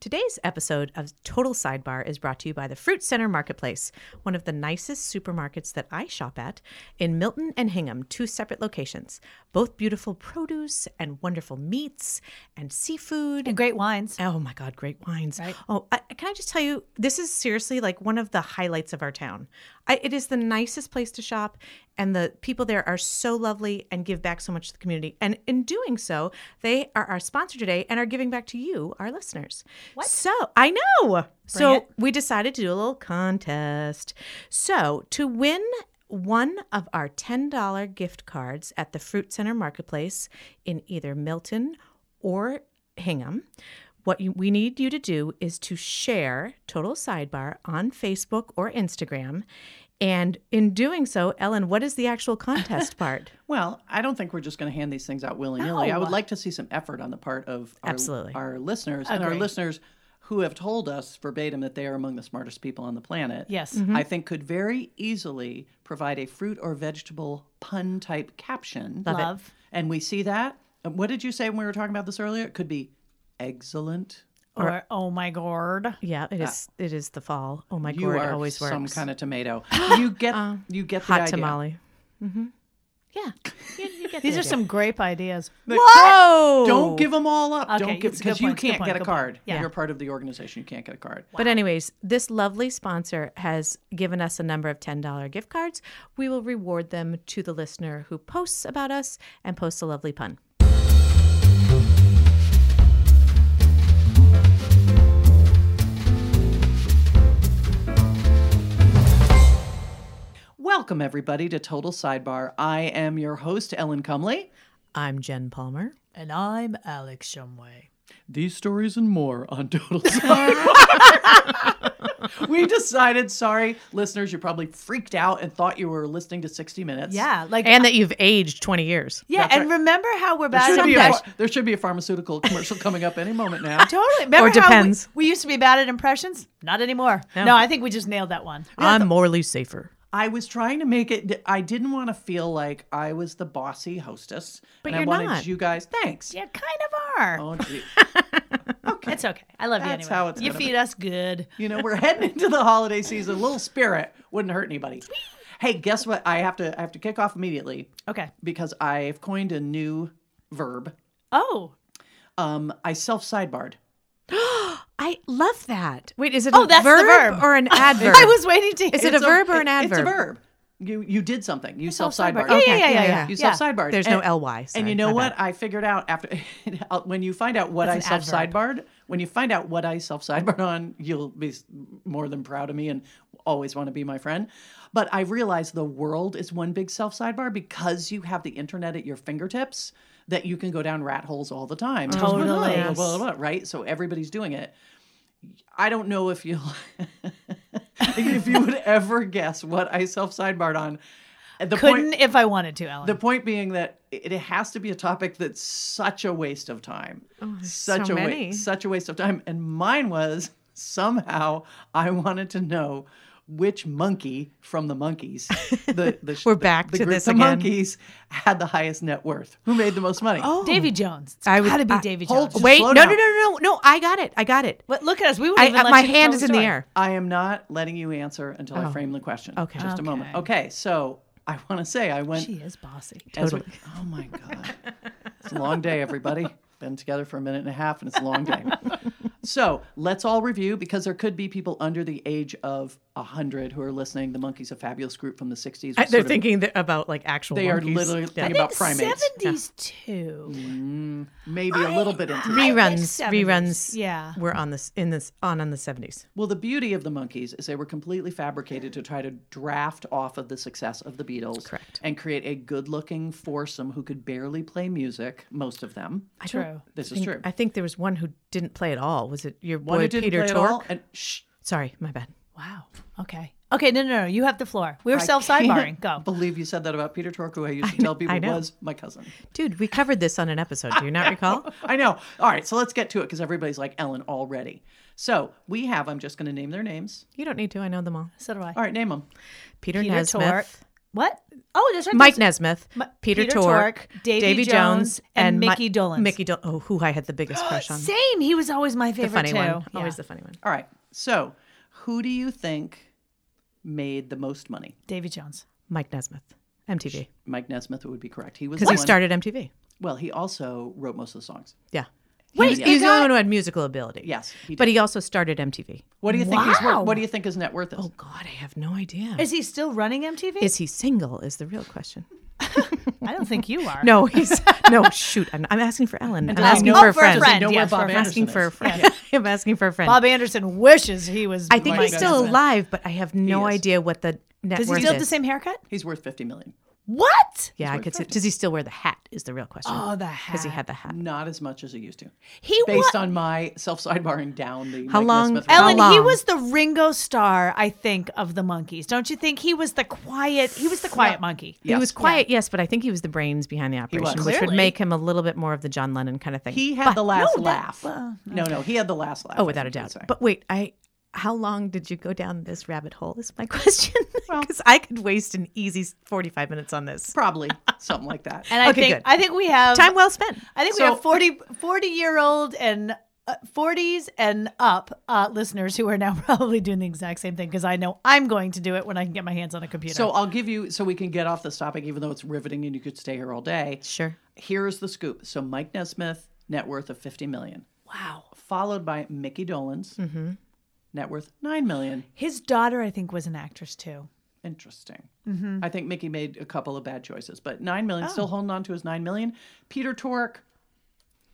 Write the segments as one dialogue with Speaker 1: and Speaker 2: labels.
Speaker 1: Today's episode of Total Sidebar is brought to you by the Fruit Center Marketplace, one of the nicest supermarkets that I shop at in Milton and Hingham, two separate locations. Both beautiful produce and wonderful meats and seafood.
Speaker 2: And great wines.
Speaker 1: Oh my God, great wines.
Speaker 2: Right.
Speaker 1: Oh, I, can I just tell you, this is seriously like one of the highlights of our town. I, it is the nicest place to shop, and the people there are so lovely and give back so much to the community. And in doing so, they are our sponsor today and are giving back to you, our listeners.
Speaker 2: What?
Speaker 1: So I know. so
Speaker 2: it.
Speaker 1: we decided to do a little contest. So to win one of our $10 gift cards at the Fruit Center Marketplace in either Milton or Hingham, what you, we need you to do is to share Total Sidebar on Facebook or Instagram. And in doing so, Ellen, what is the actual contest part?
Speaker 3: Well, I don't think we're just going to hand these things out willy nilly. I would like to see some effort on the part of our,
Speaker 1: Absolutely.
Speaker 3: our listeners and our
Speaker 2: Agreed.
Speaker 3: listeners who have told us verbatim that they are among the smartest people on the planet.
Speaker 2: Yes.
Speaker 1: Mm-hmm.
Speaker 3: I think could very easily provide a fruit or vegetable pun type caption.
Speaker 1: Love it.
Speaker 2: Love.
Speaker 3: And we see that. And What did you say when we were talking about this earlier? It could be excellent.
Speaker 2: Or, oh my god.
Speaker 1: Yeah, it is. It is the fall. Oh my
Speaker 3: Uh, You
Speaker 1: god, it
Speaker 3: are
Speaker 1: always works. Uh,
Speaker 3: some kind of tomato. You get you get the
Speaker 1: hot
Speaker 3: idea.
Speaker 1: tamale. Mm-hmm. Yeah, you, you get
Speaker 2: These
Speaker 1: the
Speaker 2: are
Speaker 1: idea.
Speaker 2: some grape ideas.
Speaker 3: But
Speaker 1: Whoa!
Speaker 3: Don't give them all up.
Speaker 2: Oh. Okay,
Speaker 3: don't give
Speaker 2: it's a good
Speaker 3: because you
Speaker 2: point, it's a good
Speaker 3: can't
Speaker 2: point,
Speaker 3: get a
Speaker 2: good point.
Speaker 3: card.
Speaker 2: Yeah.
Speaker 3: You're part of the organization. You can't get a card.
Speaker 1: But anyways, this lovely sponsor has given us a number of $10 gift cards. We will reward them to the listener who posts about us and posts a lovely pun.
Speaker 3: Welcome, everybody, to Total Sidebar. I am your host, Ellen Cumley.
Speaker 1: I'm Jen Palmer.
Speaker 2: And I'm Alex Shumway.
Speaker 3: These stories and more on Total Sidebar. we decided, sorry, listeners, you probably freaked out and thought you were listening to 60 Minutes.
Speaker 2: Yeah, like
Speaker 1: And that you've aged 20 years.
Speaker 2: yeah,
Speaker 3: That's
Speaker 2: and
Speaker 3: right.
Speaker 2: remember how we're
Speaker 3: There
Speaker 2: bad
Speaker 3: should,
Speaker 2: at
Speaker 3: be a,
Speaker 2: impressions.
Speaker 3: ph- there should be a pharmaceutical commercial coming up any moment now.
Speaker 2: Totally. Remember
Speaker 1: Or depends.
Speaker 2: How we, we used to be bad at impressions. Not anymore. No. I think we just nailed that one.
Speaker 1: I'm morally safer.
Speaker 3: I was trying to make it, I didn't want to feel like I was the bossy hostess.
Speaker 1: But
Speaker 3: and
Speaker 1: you're
Speaker 3: I wanted
Speaker 1: not.
Speaker 3: you guys, thanks.
Speaker 2: You kind of are.
Speaker 3: Oh, gee.
Speaker 2: It's okay. I love you
Speaker 3: That's
Speaker 2: anyway.
Speaker 3: how it's
Speaker 2: you
Speaker 3: gonna be.
Speaker 2: feed us good.
Speaker 3: You know, we're heading into the holiday season. A little spirit wouldn't hurt anybody. Hey, guess what? I have to I have to kick off immediately
Speaker 2: Okay.
Speaker 3: because I've coined a new verb.
Speaker 2: Oh.
Speaker 3: Um, I self sidebarred.
Speaker 1: I love that. Wait, is it
Speaker 2: Oh,
Speaker 1: a
Speaker 2: that's the
Speaker 1: verb,
Speaker 2: verb.
Speaker 1: or an adverb?
Speaker 2: I was waiting to
Speaker 1: Is it a verb or an adverb?
Speaker 3: It's a verb. You you did something. You self sidebarred.
Speaker 2: Yeah, yeah,
Speaker 1: Okay,
Speaker 2: yeah,
Speaker 1: yeah,
Speaker 2: yeah,
Speaker 1: yeah.
Speaker 2: yeah.
Speaker 3: You
Speaker 2: yeah.
Speaker 3: self sidebarred.
Speaker 1: There's no ly.
Speaker 3: And
Speaker 1: sorry,
Speaker 3: you know
Speaker 1: my
Speaker 3: what?
Speaker 1: bad.
Speaker 3: I figured out after when you find out what I self
Speaker 2: That's an
Speaker 3: sidebarred. When you find out what I self sidebarred on, you'll be s- more than proud of me and always want to be my friend. But I realized the world is one big self sidebar because you have the internet at your fingertips that you can go down rat holes all the time. Just blah, blah,
Speaker 2: Totally.
Speaker 3: blah, blah, blah, blah, right. So everybody's doing it. I don't know if you if you would ever guess what I self sidebarred on. The point-
Speaker 2: Couldn't if I wanted to, Ellen.
Speaker 3: the point being that it it has to be a topic that's such a waste of time. such
Speaker 1: Oh, so
Speaker 3: a wa-
Speaker 1: many.
Speaker 3: such a waste of time. And mine was somehow I wanted to know which monkey from the monkeys the, the
Speaker 1: We're back
Speaker 3: the
Speaker 1: to
Speaker 3: group,
Speaker 1: this
Speaker 3: the
Speaker 1: again.
Speaker 3: monkeys had the highest net worth. Who made the most money? Oh,
Speaker 2: Davy Jones. It's
Speaker 1: I was-
Speaker 2: gotta be
Speaker 1: I-
Speaker 2: Davy
Speaker 3: hold-
Speaker 2: Jones.
Speaker 3: Just
Speaker 1: Wait,
Speaker 3: slow
Speaker 1: no, no,
Speaker 3: down.
Speaker 1: no, no, no, no. I got it. I got it.
Speaker 2: But look at us. We would
Speaker 1: I,
Speaker 2: even let
Speaker 1: my
Speaker 2: you tell
Speaker 1: hand is in the
Speaker 2: story.
Speaker 1: air.
Speaker 3: I am not letting you answer until I frame the question.
Speaker 1: Oh. Okay.
Speaker 3: Just a moment.
Speaker 2: Okay.
Speaker 3: Okay, so I want to say I went
Speaker 2: She is bossy.
Speaker 3: As we- oh my God. It's a long day, everybody. Been together for a minute and a half, and it's a long day. so let's all review because there could be people under the age of 100 who are listening. The Monkeys, a fabulous group from the 60s.
Speaker 1: I-
Speaker 3: was
Speaker 1: They're
Speaker 3: sort of-
Speaker 1: thinking that about like actual.
Speaker 3: they are
Speaker 1: monkeys.
Speaker 3: literally
Speaker 1: Yeah.
Speaker 3: thinking about primates.
Speaker 2: Seventies too.
Speaker 3: Maybe a little bit into that.
Speaker 1: reruns.
Speaker 2: 70s.
Speaker 1: Reruns.
Speaker 2: Yeah.
Speaker 1: were on this in this on on the seventies.
Speaker 3: Well, the beauty of the Monkeys is they were completely fabricated to try to draft off of the success of the Beatles
Speaker 1: Correct.
Speaker 3: and create a good looking foursome who could barely play music, most of them.
Speaker 2: True.
Speaker 3: This is true.
Speaker 1: I think there was one who didn't play at all. Was it your
Speaker 3: One
Speaker 1: boy
Speaker 3: who didn't
Speaker 1: Peter
Speaker 3: play at all,
Speaker 1: Tork?
Speaker 3: and- shh,
Speaker 1: Sorry, my bad.
Speaker 2: Wow. Okay. Okay. No, no, no. You have the floor. We were
Speaker 3: I
Speaker 2: self sidebarring.
Speaker 3: can't
Speaker 2: Go.
Speaker 3: Believe you said that about Peter Tork, who I used to tell people
Speaker 1: I know.
Speaker 3: was my cousin.
Speaker 1: Dude, we covered this on an episode. Do you not recall?
Speaker 3: I know. All right, so let's get to it because everybody's like Ellen already. So we have. I'm just going to name their names.
Speaker 1: You don't need to. I know them all.
Speaker 2: So do I.
Speaker 3: All right, name them.
Speaker 1: Peter,
Speaker 2: Peter
Speaker 1: Nesmith,
Speaker 2: Tork. What? Oh, there's
Speaker 1: Mike Nesmith, Peter,
Speaker 2: Peter
Speaker 1: Tork,
Speaker 2: Tork, Davy Jones, and Mickey Dolenz.
Speaker 1: Mickey Dolenz, oh, who I had the biggest crush on.
Speaker 2: Same. He was always my
Speaker 1: the
Speaker 2: favorite
Speaker 1: funny
Speaker 2: too.
Speaker 1: one,
Speaker 2: Yeah.
Speaker 1: always the funny one.
Speaker 3: All right. So, who do you think made the most money?
Speaker 2: Davy Jones.
Speaker 1: Mike Nesmith, MTV,
Speaker 3: Mike Nesmith would be correct. He was
Speaker 1: because
Speaker 3: the
Speaker 1: he
Speaker 3: one-
Speaker 1: started MTV.
Speaker 3: Well, he also wrote most of the songs.
Speaker 1: Yeah.
Speaker 2: Wait,
Speaker 1: he's,
Speaker 2: you
Speaker 1: he's the
Speaker 2: got-
Speaker 1: only one who had musical ability.
Speaker 3: Yes, he
Speaker 1: but he also started MTV.
Speaker 3: What do you think his
Speaker 2: Wow.
Speaker 3: worth? What do you think his net worth is?
Speaker 1: Oh God, I have no idea.
Speaker 2: Is he still running MTV?
Speaker 1: Is he single? Is the real question.
Speaker 2: I don't think you are.
Speaker 1: No, he's no. Shoot, I'm, I'm asking for Ellen. I'm
Speaker 3: does he
Speaker 1: asking
Speaker 3: know-
Speaker 1: for a
Speaker 2: Oh, for a
Speaker 1: friend.
Speaker 2: friend,
Speaker 3: Know
Speaker 2: yeah,
Speaker 3: where
Speaker 2: for a
Speaker 3: Bob
Speaker 2: friend.
Speaker 1: I'm asking
Speaker 3: Anderson
Speaker 1: for a
Speaker 3: is?
Speaker 1: friend. I'm asking for a friend.
Speaker 2: Bob Anderson wishes he was.
Speaker 1: I think
Speaker 2: Mike
Speaker 1: he's still
Speaker 2: Nesmith.
Speaker 1: alive, but I have no
Speaker 3: is.
Speaker 1: idea what the net
Speaker 2: Does he
Speaker 1: worth
Speaker 2: still
Speaker 1: is.
Speaker 2: have the same haircut?
Speaker 3: He's worth fifty million.
Speaker 2: What?
Speaker 1: Yeah, I could see. Does he still wear the hat? Is the real question.
Speaker 2: Oh, the
Speaker 1: Because he
Speaker 2: hat.
Speaker 1: had the hat.
Speaker 3: Not as much as he used to.
Speaker 2: He
Speaker 3: Based
Speaker 2: was.
Speaker 3: on my self sidebarring down the
Speaker 1: How
Speaker 3: Mike
Speaker 1: long-
Speaker 3: Nesmith
Speaker 1: Ellen-
Speaker 2: Ellen,
Speaker 3: record.
Speaker 1: How
Speaker 2: he
Speaker 1: long?
Speaker 2: was the Ringo Star, I think, of the monkeys. Don't you think he was the quiet? He was the quiet monkey.
Speaker 1: He was quiet, yes, but I think he was the brains behind the operation,
Speaker 3: was.
Speaker 1: which would
Speaker 2: Clearly.
Speaker 1: make him a little bit more of the John Lennon kind of thing.
Speaker 3: he had
Speaker 1: But-
Speaker 3: the last
Speaker 2: no, that-
Speaker 3: laugh.
Speaker 2: uh,
Speaker 3: no, no, he had the last laugh.
Speaker 1: Oh, without a doubt. But wait, I. How long did you go down this rabbit hole? Is my question because I could waste an easy forty-five minutes on this.
Speaker 3: probably something like that.
Speaker 2: And I
Speaker 1: Okay,
Speaker 2: think
Speaker 1: good.
Speaker 2: I think we have
Speaker 1: Time well spent.
Speaker 2: I think we
Speaker 3: So-
Speaker 2: have 40, 40 year old and uh, 40s and up uh, listeners who are now probably doing the exact same thing because I know I'm going to do it when I can get my hands on a computer.
Speaker 3: So I'll give you so we can get off this topic, even though it's riveting and you could stay here all day.
Speaker 1: Sure.
Speaker 3: Here's the scoop. So Mike Nesmith, net worth of fifty million,
Speaker 2: wow.
Speaker 3: followed by Mickey Dolenz,
Speaker 1: Mm-hmm.
Speaker 3: net worth nine million.
Speaker 2: His daughter, I think, was an actress too.
Speaker 3: Interesting.
Speaker 1: Mm-hmm.
Speaker 3: I think Mickey made a couple of bad choices, but nine million
Speaker 1: Oh.
Speaker 3: still holding on to his nine million. Peter Tork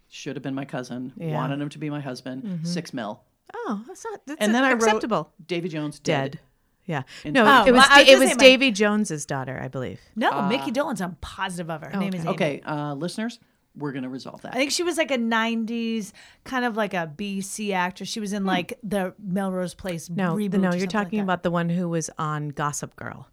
Speaker 3: should have been my cousin. Wanted him to be my husband.
Speaker 1: Mm-hmm.
Speaker 3: Six mil.
Speaker 1: Oh, that's not. That's
Speaker 3: And then I wrote
Speaker 1: acceptable.
Speaker 3: Davy Jones
Speaker 1: Dead.
Speaker 3: dead.
Speaker 1: Yeah. No,
Speaker 3: Oh,
Speaker 1: it was
Speaker 2: well, I was
Speaker 1: it
Speaker 2: gonna
Speaker 1: was
Speaker 2: say my-
Speaker 1: Davy Jones's daughter, I believe.
Speaker 2: No, Mickey Dolenz. I'm positive of her. Her Name is Amy.
Speaker 3: Okay, uh, listeners, we're gonna resolve that.
Speaker 2: I think she was like a 90s kind of like a BC actress. She was in like the Melrose Place
Speaker 1: No,
Speaker 2: reboot.
Speaker 1: no, you're
Speaker 2: or something
Speaker 1: talking
Speaker 2: like
Speaker 1: about the one who was on Gossip Girl,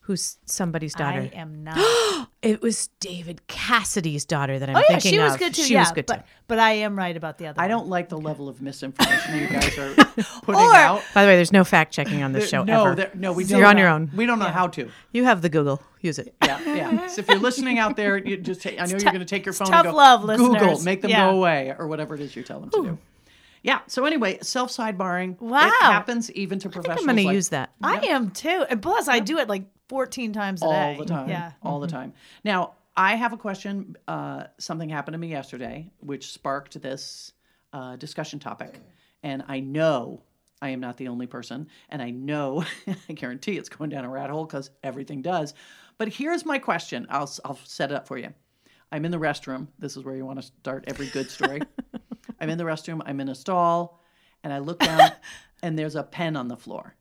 Speaker 1: who's somebody's
Speaker 2: that.
Speaker 1: daughter.
Speaker 2: I am not.
Speaker 1: It was David Cassidy's daughter that I'm
Speaker 2: Oh yeah,
Speaker 1: thinking
Speaker 2: she was
Speaker 1: of.
Speaker 2: good too.
Speaker 1: She
Speaker 2: yeah,
Speaker 1: was good
Speaker 2: but
Speaker 1: too.
Speaker 2: but I am right about the other.
Speaker 3: I
Speaker 2: one.
Speaker 3: don't like the level of misinformation you guys are putting
Speaker 2: Or-
Speaker 3: out.
Speaker 1: By the way, there's no fact checking on this show
Speaker 3: no,
Speaker 1: ever.
Speaker 3: there- no, we don't.
Speaker 1: You're on
Speaker 3: know.
Speaker 1: your own.
Speaker 3: We don't know how to.
Speaker 1: You have the Google. Use it.
Speaker 3: Yeah, yeah. So if you're listening out there, you just take, I know you're going to take your phone
Speaker 2: tough
Speaker 3: and go
Speaker 2: love,
Speaker 3: Google,
Speaker 2: listeners.
Speaker 3: make them
Speaker 2: Yeah.
Speaker 3: go away or whatever it is you tell them to do. Yeah. So anyway, self sidebarring.
Speaker 2: Wow.
Speaker 3: It happens even to professionals.
Speaker 1: I'm going to
Speaker 3: like
Speaker 1: use that.
Speaker 2: I am too. And plus, I do it like 14 times a day.
Speaker 3: all the time.
Speaker 2: Yeah. Mm-hmm.
Speaker 3: All the time. Now, I have a question. Uh, something happened to me yesterday, which sparked this uh, discussion topic. And I know I am not the only person. And I know, I guarantee it's going down a rat hole because everything does. But here's my question I'll, s- I'll set it up for you. I'm in the restroom. This is where you want to start every good story. I'm in the restroom. I'm in a stall. And I look down, and there's a pen on the floor.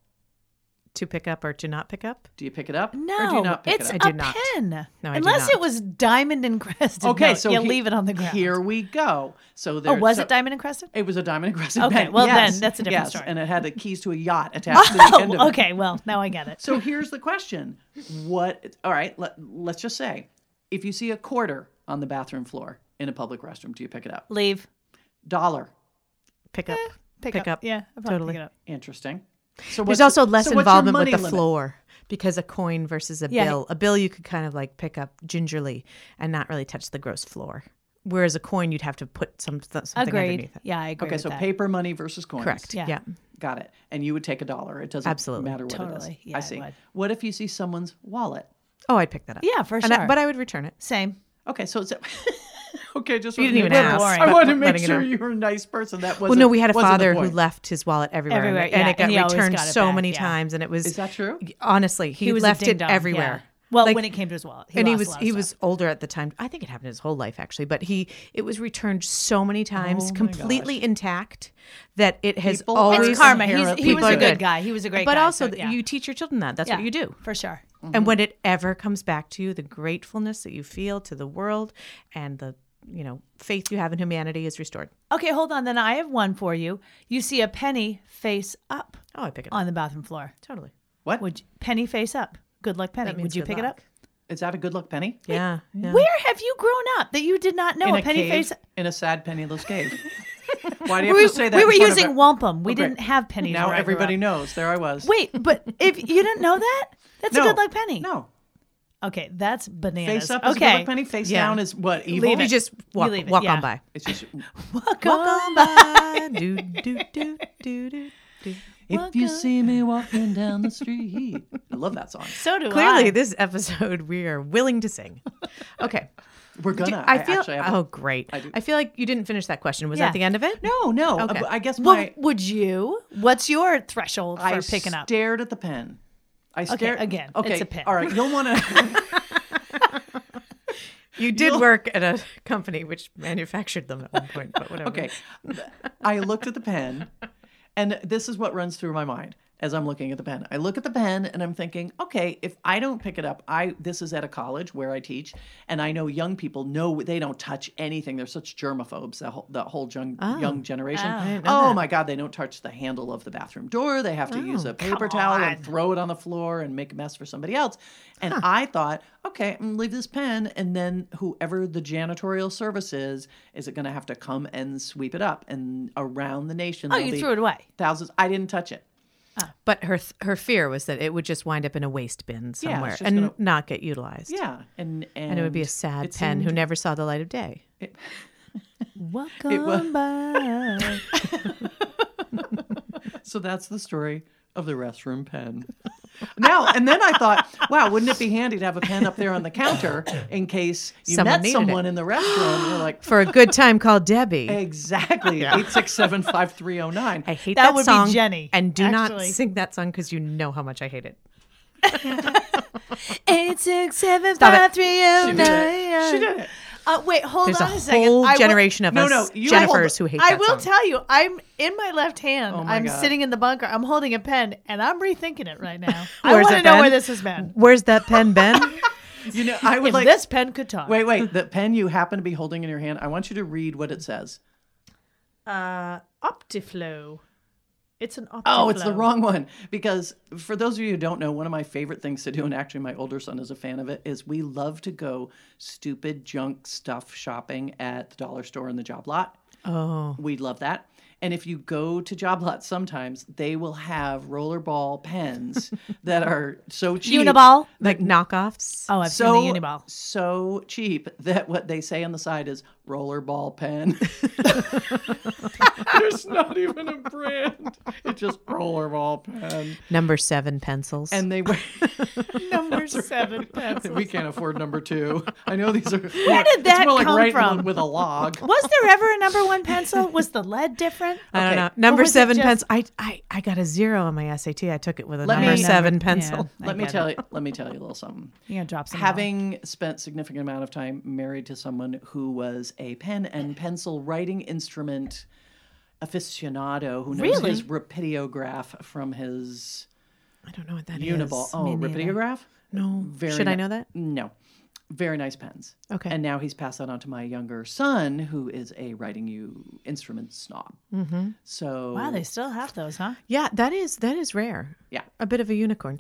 Speaker 1: To pick up or to not pick up?
Speaker 3: Do you pick it up?
Speaker 2: No,
Speaker 3: Or do you not pick
Speaker 2: it's
Speaker 3: it up?
Speaker 1: I
Speaker 2: a
Speaker 1: do not.
Speaker 2: pen.
Speaker 1: No, I do
Speaker 2: Unless
Speaker 1: not.
Speaker 2: it was diamond encrusted.
Speaker 3: Okay,
Speaker 2: No,
Speaker 3: so
Speaker 2: you
Speaker 3: he-
Speaker 2: leave it on the ground.
Speaker 3: Here we go. So there
Speaker 2: oh, was
Speaker 3: so-
Speaker 2: it diamond encrusted?
Speaker 3: It was a diamond aggressive
Speaker 2: Okay,
Speaker 3: bank.
Speaker 2: well
Speaker 3: yes,
Speaker 2: then, that's a different
Speaker 3: yes,
Speaker 2: story.
Speaker 3: And it had the keys to a yacht attached to the end of it.
Speaker 2: Oh, okay. Well, now I get it.
Speaker 3: So here's the question: What? All right, let, let's just say, if you see a quarter on the bathroom floor in a public restroom, do you pick it up?
Speaker 2: Leave.
Speaker 3: Dollar.
Speaker 1: Pick up.
Speaker 3: Eh,
Speaker 2: Pick,
Speaker 1: Pick up.
Speaker 2: Yeah. I'll probably
Speaker 1: Totally.
Speaker 2: Pick it up.
Speaker 3: Interesting. So
Speaker 1: There's
Speaker 3: what's-
Speaker 1: also less
Speaker 3: so what's your
Speaker 1: involvement with
Speaker 3: money
Speaker 1: the
Speaker 3: limit?
Speaker 1: floor because a coin versus a
Speaker 2: Yeah.
Speaker 1: bill. A bill you could kind of like pick up gingerly and not really touch the gross floor. Whereas a coin you'd have to put some th- something
Speaker 2: Agreed.
Speaker 1: underneath it.
Speaker 2: Yeah, I agree.
Speaker 3: Okay,
Speaker 2: with
Speaker 3: so
Speaker 2: that.
Speaker 3: paper money versus coins.
Speaker 1: Correct.
Speaker 2: Yeah.
Speaker 1: yeah.
Speaker 3: Got it. And you would take a dollar. It doesn't
Speaker 1: Absolutely.
Speaker 3: matter what it is.
Speaker 2: Totally. Yeah,
Speaker 3: I
Speaker 2: I
Speaker 3: see.
Speaker 2: would.
Speaker 3: What if you see someone's wallet?
Speaker 1: Oh, I'd pick that up.
Speaker 2: Yeah, for
Speaker 1: And I-
Speaker 2: sure.
Speaker 1: but I would return it.
Speaker 2: Same.
Speaker 3: Okay, so it's okay. Just
Speaker 1: You didn't even
Speaker 3: wanted to-
Speaker 1: ask.
Speaker 2: boring.
Speaker 1: but
Speaker 3: I want to
Speaker 1: letting
Speaker 3: make
Speaker 1: it
Speaker 3: sure
Speaker 1: out.
Speaker 3: you were a nice person. That was
Speaker 1: Well, no, we had a father who left his wallet everywhere, and-
Speaker 2: Everywhere,
Speaker 1: and,
Speaker 2: yeah,
Speaker 1: it got
Speaker 2: and he always
Speaker 1: returned
Speaker 2: got it
Speaker 1: so
Speaker 2: back,
Speaker 1: many
Speaker 2: yeah.
Speaker 1: times, and it was
Speaker 3: Is that true?
Speaker 1: honestly he,
Speaker 2: He was a
Speaker 1: left it
Speaker 2: ding-dong, yeah.
Speaker 1: everywhere.
Speaker 2: Well,
Speaker 1: Like-
Speaker 2: when it came to his wallet, he
Speaker 1: and he
Speaker 2: lost
Speaker 1: was
Speaker 2: a lot of
Speaker 1: he
Speaker 2: stuff.
Speaker 1: was older at the time. I think it happened his whole life actually, but he it was returned so many
Speaker 2: Oh
Speaker 1: times, completely intact, that it has
Speaker 3: People are
Speaker 1: always
Speaker 2: It's karma. He's,
Speaker 3: inherent
Speaker 2: he was
Speaker 1: people
Speaker 2: a
Speaker 1: are
Speaker 2: good guy. He was a great
Speaker 1: But
Speaker 2: guy.
Speaker 1: also,
Speaker 2: so,
Speaker 1: th-
Speaker 2: yeah.
Speaker 1: you teach your children that. That's
Speaker 2: Yeah, Mm-hmm.
Speaker 1: what you do.
Speaker 2: for sure.
Speaker 1: And when it ever comes back to you, the gratefulness that you feel to the world and the you know faith you have in humanity is restored.
Speaker 2: Okay, hold on. Then I have one for you. You see a penny face up
Speaker 1: Oh, I pick it up
Speaker 2: on the bathroom floor.
Speaker 1: totally.
Speaker 3: What?
Speaker 2: Would you, penny face up? Good luck, penny.
Speaker 1: means
Speaker 2: Would you
Speaker 1: good
Speaker 2: pick it
Speaker 1: luck.
Speaker 2: up?
Speaker 3: Is that a good luck penny?
Speaker 1: Yeah, yeah.
Speaker 2: Where have you grown up that you did not
Speaker 1: Oh,
Speaker 2: know a,
Speaker 3: in
Speaker 2: penny
Speaker 3: cave,
Speaker 2: face?
Speaker 3: in a sad penniless cave. Why do you
Speaker 2: We,
Speaker 3: have to say that?
Speaker 2: we
Speaker 3: in
Speaker 2: were
Speaker 3: front of
Speaker 2: using
Speaker 3: ev-
Speaker 2: wampum. We
Speaker 3: Okay.
Speaker 2: didn't have pennies.
Speaker 3: Now
Speaker 2: where I grew
Speaker 3: everybody
Speaker 2: up.
Speaker 3: knows. There I was.
Speaker 2: Wait, but if you didn't know that, that's
Speaker 3: No.
Speaker 2: a good luck penny.
Speaker 3: No.
Speaker 2: Okay, that's bananas.
Speaker 3: Face up is
Speaker 2: okay.
Speaker 3: good luck penny. Face
Speaker 1: Yeah.
Speaker 3: down is what evil.
Speaker 1: You just walk,
Speaker 2: leave it,
Speaker 1: walk
Speaker 2: yeah.
Speaker 1: on by.
Speaker 3: It's just
Speaker 2: Walk
Speaker 1: Walk
Speaker 2: on.
Speaker 1: on by. do, do, do, do, do, do.
Speaker 3: if you see me walking down the street. I love that song.
Speaker 2: So do I.
Speaker 1: Clearly, this episode we are willing to sing. Okay,
Speaker 3: We're gonna.
Speaker 1: I feel.
Speaker 3: actually have a-
Speaker 1: oh, great! I,
Speaker 3: do.
Speaker 1: feel like you didn't finish that question. Was
Speaker 2: Yeah.
Speaker 1: that the end of it?
Speaker 3: no, no.
Speaker 1: Oh, Okay.
Speaker 3: I guess
Speaker 2: Well,
Speaker 3: my
Speaker 2: would you? What's your threshold for
Speaker 3: I
Speaker 2: picking up?
Speaker 3: stared at the pen. I stared
Speaker 2: again, it's
Speaker 3: Okay,
Speaker 2: a pen.
Speaker 3: All right, you'll want to.
Speaker 1: You did work at a company which manufactured them at one point, but whatever.
Speaker 3: okay, I looked at the pen, and this is what runs through my mind as I'm looking at the pen. I look at the pen and I'm thinking, okay, if I don't pick it up, I this is at a college where I teach, and I know young people know they don't touch anything. They're such germaphobes. The whole, the whole young young generation.
Speaker 2: Oh. I
Speaker 1: didn't know
Speaker 3: Oh
Speaker 1: that.
Speaker 3: my God, they don't touch the handle of the bathroom door. They have to use
Speaker 2: Oh,
Speaker 3: a paper towel and throw it on the floor and make a mess for somebody else. And I thought, okay, I'm gonna leave this pen, and then whoever the janitorial service is, is it going to have to come and sweep it up? And around the nation,
Speaker 2: Oh,
Speaker 3: there'll
Speaker 2: you
Speaker 3: be
Speaker 2: threw it away.
Speaker 3: Thousands. I didn't touch it.
Speaker 1: But her th- her fear was that it would just wind up in a waste bin
Speaker 3: it's
Speaker 1: somewhere
Speaker 3: just
Speaker 1: and
Speaker 3: gonna-
Speaker 1: not get utilized.
Speaker 3: Yeah, and and,
Speaker 1: And it would be a sad
Speaker 3: it
Speaker 1: pen
Speaker 3: seemed-
Speaker 1: who never saw the light of day.
Speaker 2: Walk
Speaker 3: was-
Speaker 2: on by.
Speaker 3: So that's the story of the restroom pen. now and then I thought, wow, wouldn't it be handy to have a pen up there on the counter in case you
Speaker 1: Someone
Speaker 3: met
Speaker 1: needed it.
Speaker 3: someone in the restroom? You're like,
Speaker 1: For a good time called Debbie.
Speaker 3: Exactly. Eight six seven five three zero nine.
Speaker 1: I hate
Speaker 2: That
Speaker 1: that,
Speaker 2: would be
Speaker 1: song.
Speaker 2: Jenny,
Speaker 1: And do not
Speaker 2: actually.
Speaker 1: sing that song because you know how much I hate it.
Speaker 2: Eight six seven
Speaker 1: Stop it.
Speaker 2: five three oh
Speaker 3: She did it. She
Speaker 2: nine.
Speaker 3: did it.
Speaker 2: Uh, wait, hold
Speaker 1: There's a
Speaker 2: on a, second.
Speaker 1: whole
Speaker 2: I will-
Speaker 1: generation of
Speaker 3: No,
Speaker 1: us
Speaker 3: no, you-
Speaker 1: Jennifers who hate
Speaker 2: I
Speaker 1: that
Speaker 2: will
Speaker 1: song.
Speaker 2: tell you, I'm in my left hand.
Speaker 3: my
Speaker 2: I'm
Speaker 3: God.
Speaker 2: sitting in the bunker. I'm holding a pen, and I'm rethinking it right now. I
Speaker 1: Where's
Speaker 2: want to
Speaker 1: it
Speaker 2: know where
Speaker 1: been?
Speaker 2: this has been.
Speaker 1: Where's that pen, Ben?
Speaker 3: You know, I would
Speaker 2: If
Speaker 3: like.
Speaker 2: this pen could talk,
Speaker 3: wait, wait. The pen you happen to be holding in your hand. I want you to read what it says.
Speaker 2: uh, Optiflow. It's an Optiflow.
Speaker 3: Oh, it's the wrong one. Because for those of you who don't know, one of my favorite things to do, and actually my older son is a fan of it, is we love to go stupid junk stuff shopping at the dollar store and the job lot.
Speaker 1: oh.
Speaker 3: We love that. And if you go to job lots, sometimes they will have rollerball pens that are so cheap.
Speaker 2: Uniball.
Speaker 1: Like knockoffs.
Speaker 2: Oh, I've
Speaker 3: so
Speaker 2: seen the Uniball.
Speaker 3: so cheap that what they say on the side is rollerball pen. There's not even a brand. It's just rollerball pen.
Speaker 1: Number seven pencils.
Speaker 3: And they wear
Speaker 2: Number seven pencil.
Speaker 3: we can't afford number two. I know these are Where
Speaker 2: did that
Speaker 3: it's more like
Speaker 2: come
Speaker 3: writing
Speaker 2: from?
Speaker 3: with a log.
Speaker 2: Was there ever a number one pencil? Was the lead different?
Speaker 1: I don't
Speaker 3: okay.
Speaker 1: know. Number
Speaker 2: Or was it
Speaker 1: seven pencil.
Speaker 2: just-
Speaker 1: I, I I got a zero on my SAT. I took it with a
Speaker 3: Let
Speaker 1: number
Speaker 3: me-
Speaker 1: seven
Speaker 2: Number-
Speaker 1: pencil.
Speaker 2: yeah. I
Speaker 3: Let me
Speaker 2: get
Speaker 3: tell you let me tell you a little something.
Speaker 2: You gonna drop some?
Speaker 3: having spent significant amount of time married to someone who was a pen and pencil writing instrument aficionado who knows
Speaker 2: Really?
Speaker 3: his rapidiograph from his
Speaker 1: I don't know what that is.
Speaker 3: uniball oh rapidiograph
Speaker 1: No.
Speaker 3: Very
Speaker 1: Should I
Speaker 3: ni-
Speaker 1: know that?
Speaker 3: no very nice pens
Speaker 1: Okay.
Speaker 3: and now he's passed that on to my younger son who is a writing you instrument snob mm-hmm. so
Speaker 2: wow, they still have those, huh?
Speaker 1: Yeah, that is that is rare.
Speaker 3: yeah
Speaker 1: A bit of a unicorn.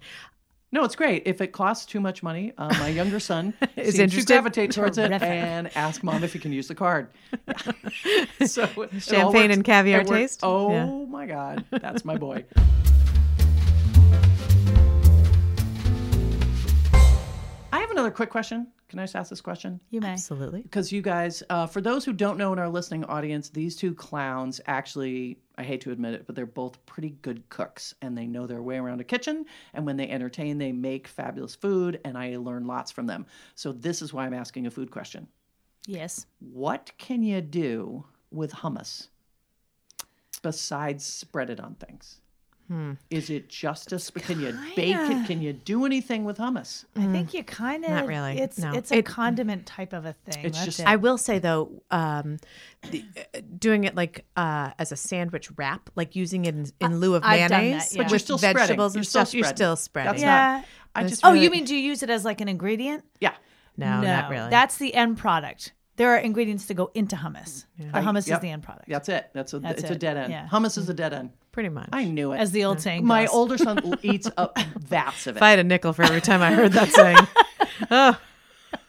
Speaker 3: no it's great if it costs too much money uh, my younger son
Speaker 1: Is
Speaker 3: seems
Speaker 1: interested?
Speaker 3: to gravitate towards
Speaker 2: Terrific.
Speaker 3: it and ask mom if he can use the card so it all
Speaker 1: Champagne
Speaker 3: works.
Speaker 1: and caviar
Speaker 3: It works.
Speaker 1: taste?
Speaker 3: Oh
Speaker 1: Yeah.
Speaker 3: my God, that's my boy. I have another quick question. Can I just ask this question?
Speaker 2: You may.
Speaker 1: Absolutely.
Speaker 3: Because you guys, uh, for those who don't know in our listening audience, these two clowns actually, I hate to admit it, but they're both pretty good cooks and they know their way around a kitchen. And when they entertain, they make fabulous food, and I learn lots from them. So, this is why I'm asking a food question.
Speaker 2: Yes.
Speaker 3: What can you do with hummus besides spread it on things?
Speaker 2: Hmm.
Speaker 3: Is it just a sp- can you bake it? Can you do anything with hummus?
Speaker 2: I think you kind of
Speaker 1: Not really,
Speaker 2: It's
Speaker 1: no.
Speaker 2: it's a
Speaker 1: It-
Speaker 2: condiment type of a thing.
Speaker 3: It's
Speaker 2: That's
Speaker 3: just-
Speaker 2: it.
Speaker 1: I will say though, um, the, uh, doing it like uh, as a sandwich wrap, like using it in, in lieu of
Speaker 2: I've done that,
Speaker 1: mayonnaise
Speaker 2: yeah. But
Speaker 3: you're
Speaker 1: with
Speaker 3: still spreading.
Speaker 1: vegetables
Speaker 3: You're
Speaker 1: and
Speaker 3: still
Speaker 1: stuff, you're
Speaker 3: spreading.
Speaker 1: still spreading.
Speaker 3: That's
Speaker 2: yeah.
Speaker 3: I just
Speaker 2: oh,
Speaker 3: really-
Speaker 2: you mean do you use it as like an ingredient?
Speaker 3: Yeah,
Speaker 1: No, not really.
Speaker 2: That's the end product. There are ingredients to go into hummus. The hummus
Speaker 3: yep.
Speaker 2: is the end product.
Speaker 3: that's it. That's a
Speaker 2: That's
Speaker 3: it's a
Speaker 2: it.
Speaker 3: dead end.
Speaker 2: Yeah. Mm-hmm.
Speaker 3: Hummus is a dead end.
Speaker 1: pretty much.
Speaker 3: I knew it.
Speaker 2: As the old saying
Speaker 3: My
Speaker 2: goes.
Speaker 3: older son l- eats up vats of it.
Speaker 1: if I had a nickel for every time I heard that saying, oh,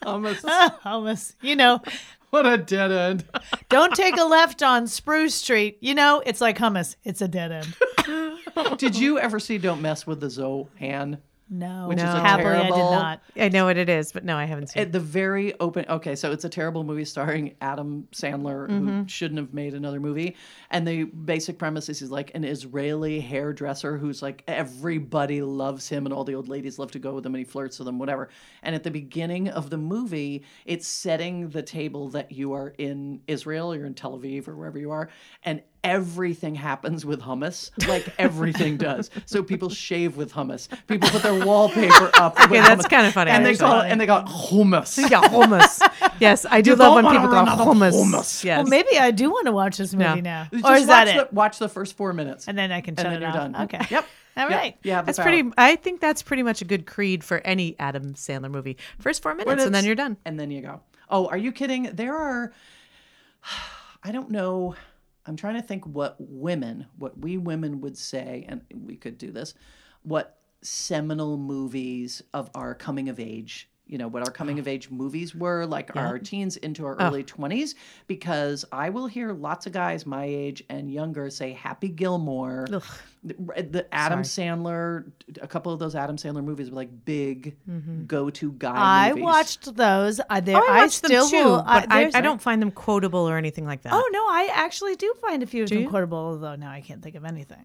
Speaker 3: hummus,
Speaker 2: hummus, you know,
Speaker 3: what a dead end.
Speaker 2: don't take a left on Spruce Street. You know, it's like hummus. It's a dead end.
Speaker 3: Did you ever see Don't Mess with the Zohan?
Speaker 2: No,
Speaker 3: Which is a
Speaker 2: happily I did
Speaker 3: terrible-
Speaker 2: not.
Speaker 1: I know what it is, but no, I haven't seen it.
Speaker 3: At the very open, okay, so it's a terrible movie starring Adam Sandler,
Speaker 1: Mm-hmm.
Speaker 3: who shouldn't have made another movie. And the basic premise is he's like an Israeli hairdresser who's like everybody loves him, and all the old ladies love to go with him, and he flirts with them, whatever. And at the beginning of the movie, it's setting the table that you are in Israel, you're in Tel Aviv or wherever you are, and everything happens with hummus like everything does so people shave with hummus people put their wallpaper up okay
Speaker 1: that's kinda funny,
Speaker 3: and they
Speaker 1: actually.
Speaker 3: call it and they got hummus
Speaker 1: Yeah, hummus. yes, I do
Speaker 3: You
Speaker 1: love
Speaker 3: don't
Speaker 1: when
Speaker 3: wanna
Speaker 1: people go
Speaker 3: run out of
Speaker 1: hummus.
Speaker 3: hummus.
Speaker 1: Yes.
Speaker 2: Well, maybe I do want to watch this movie now.
Speaker 3: Just
Speaker 2: or is that
Speaker 3: watch
Speaker 2: it?
Speaker 3: The, watch the first four minutes,
Speaker 2: and then I can
Speaker 3: and
Speaker 2: shut
Speaker 3: then
Speaker 2: it
Speaker 3: you're
Speaker 2: off.
Speaker 3: done.
Speaker 2: Okay.
Speaker 3: Yep.
Speaker 2: All
Speaker 3: Yep.
Speaker 2: right.
Speaker 3: You have the
Speaker 1: that's
Speaker 3: power.
Speaker 1: pretty. I think that's pretty much a good creed for any Adam Sandler movie. First four minutes, and then
Speaker 3: it's-
Speaker 1: you're done.
Speaker 3: And then you go. Oh, are you kidding? There are. I don't know. I'm trying to think what women, what we women would say, and we could do this. What seminal movies of our coming of age? You know what our coming of age movies were like our teens into
Speaker 2: Oh.
Speaker 3: our early 20s because I will hear lots of guys my age and younger say Happy Gilmore the, the Adam Sandler, a couple of those Adam Sandler movies were like big go-to guy.
Speaker 2: Mm-hmm. I
Speaker 3: movies.
Speaker 2: watched those. I, there,
Speaker 1: Oh, I watch them
Speaker 2: still
Speaker 1: too,
Speaker 2: will- I,
Speaker 1: but I,
Speaker 2: there's-
Speaker 1: I don't find them quotable or anything like that.
Speaker 2: Oh no, I actually do find a few of them quotable, although now I can't think of anything,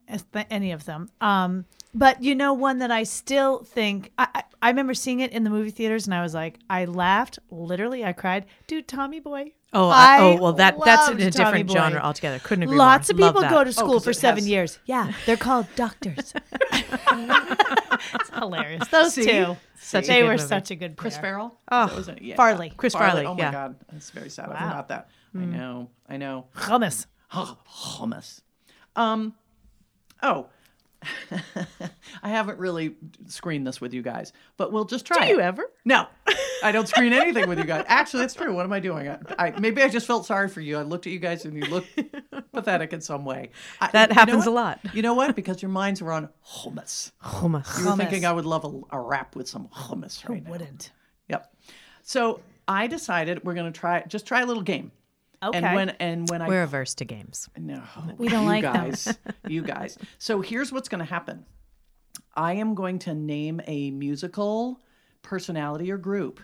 Speaker 2: any of them. Um, but you know, one that I still think I, I, I remember seeing it in the movie theaters, and I was like, I laughed, literally, I cried. Dude, Tommy Boy.
Speaker 1: Oh, I, oh well, that that's in
Speaker 2: loved
Speaker 1: a
Speaker 2: Tommy
Speaker 1: different
Speaker 2: Boy.
Speaker 1: genre altogether. Couldn't agree
Speaker 2: Lots
Speaker 1: more.
Speaker 2: of people
Speaker 1: Love
Speaker 2: go
Speaker 1: that. Oh,
Speaker 2: to school
Speaker 3: 'cause
Speaker 2: for
Speaker 3: it
Speaker 2: seven
Speaker 3: has-
Speaker 2: years. Yeah, they're called doctors. it's hilarious. Those
Speaker 3: See?
Speaker 2: two.
Speaker 1: Such a
Speaker 2: they
Speaker 1: good
Speaker 2: were
Speaker 1: movie.
Speaker 2: such a good
Speaker 3: Chris
Speaker 2: pair.
Speaker 3: Farrell. Oh, was it? Yeah.
Speaker 2: Farley.
Speaker 1: Chris Farley,
Speaker 3: Oh my
Speaker 1: yeah. Mm.
Speaker 3: God, that's very sad. I
Speaker 2: Wow.
Speaker 3: forgot that. I know. I know.
Speaker 2: Hummus.
Speaker 3: hummus. Um, oh, I haven't really screened this with you guys, but we'll just try.
Speaker 1: Do you
Speaker 3: it.
Speaker 1: ever?
Speaker 3: No, I don't screen anything with you guys. Actually, that's true. What am I doing? I, I maybe I just felt sorry for you. I looked at you guys and you looked pathetic in some way. I-
Speaker 1: That
Speaker 3: you know
Speaker 1: happens a
Speaker 3: what?
Speaker 1: lot.
Speaker 3: You know what? Because your minds were on hummus.
Speaker 1: Hummus. Oh,
Speaker 3: You were
Speaker 2: Hummus.
Speaker 3: thinking I would love a, a wrap with some hummus right now.
Speaker 2: Wouldn't.
Speaker 3: Yep. So I decided we're gonna try just try a little game. And
Speaker 2: Okay.
Speaker 3: when and when I
Speaker 1: We're averse to games.
Speaker 3: no,
Speaker 2: We don't
Speaker 3: you
Speaker 2: like them.
Speaker 3: guys, you guys. So here's what's going to happen. I am going to name a musical personality or group,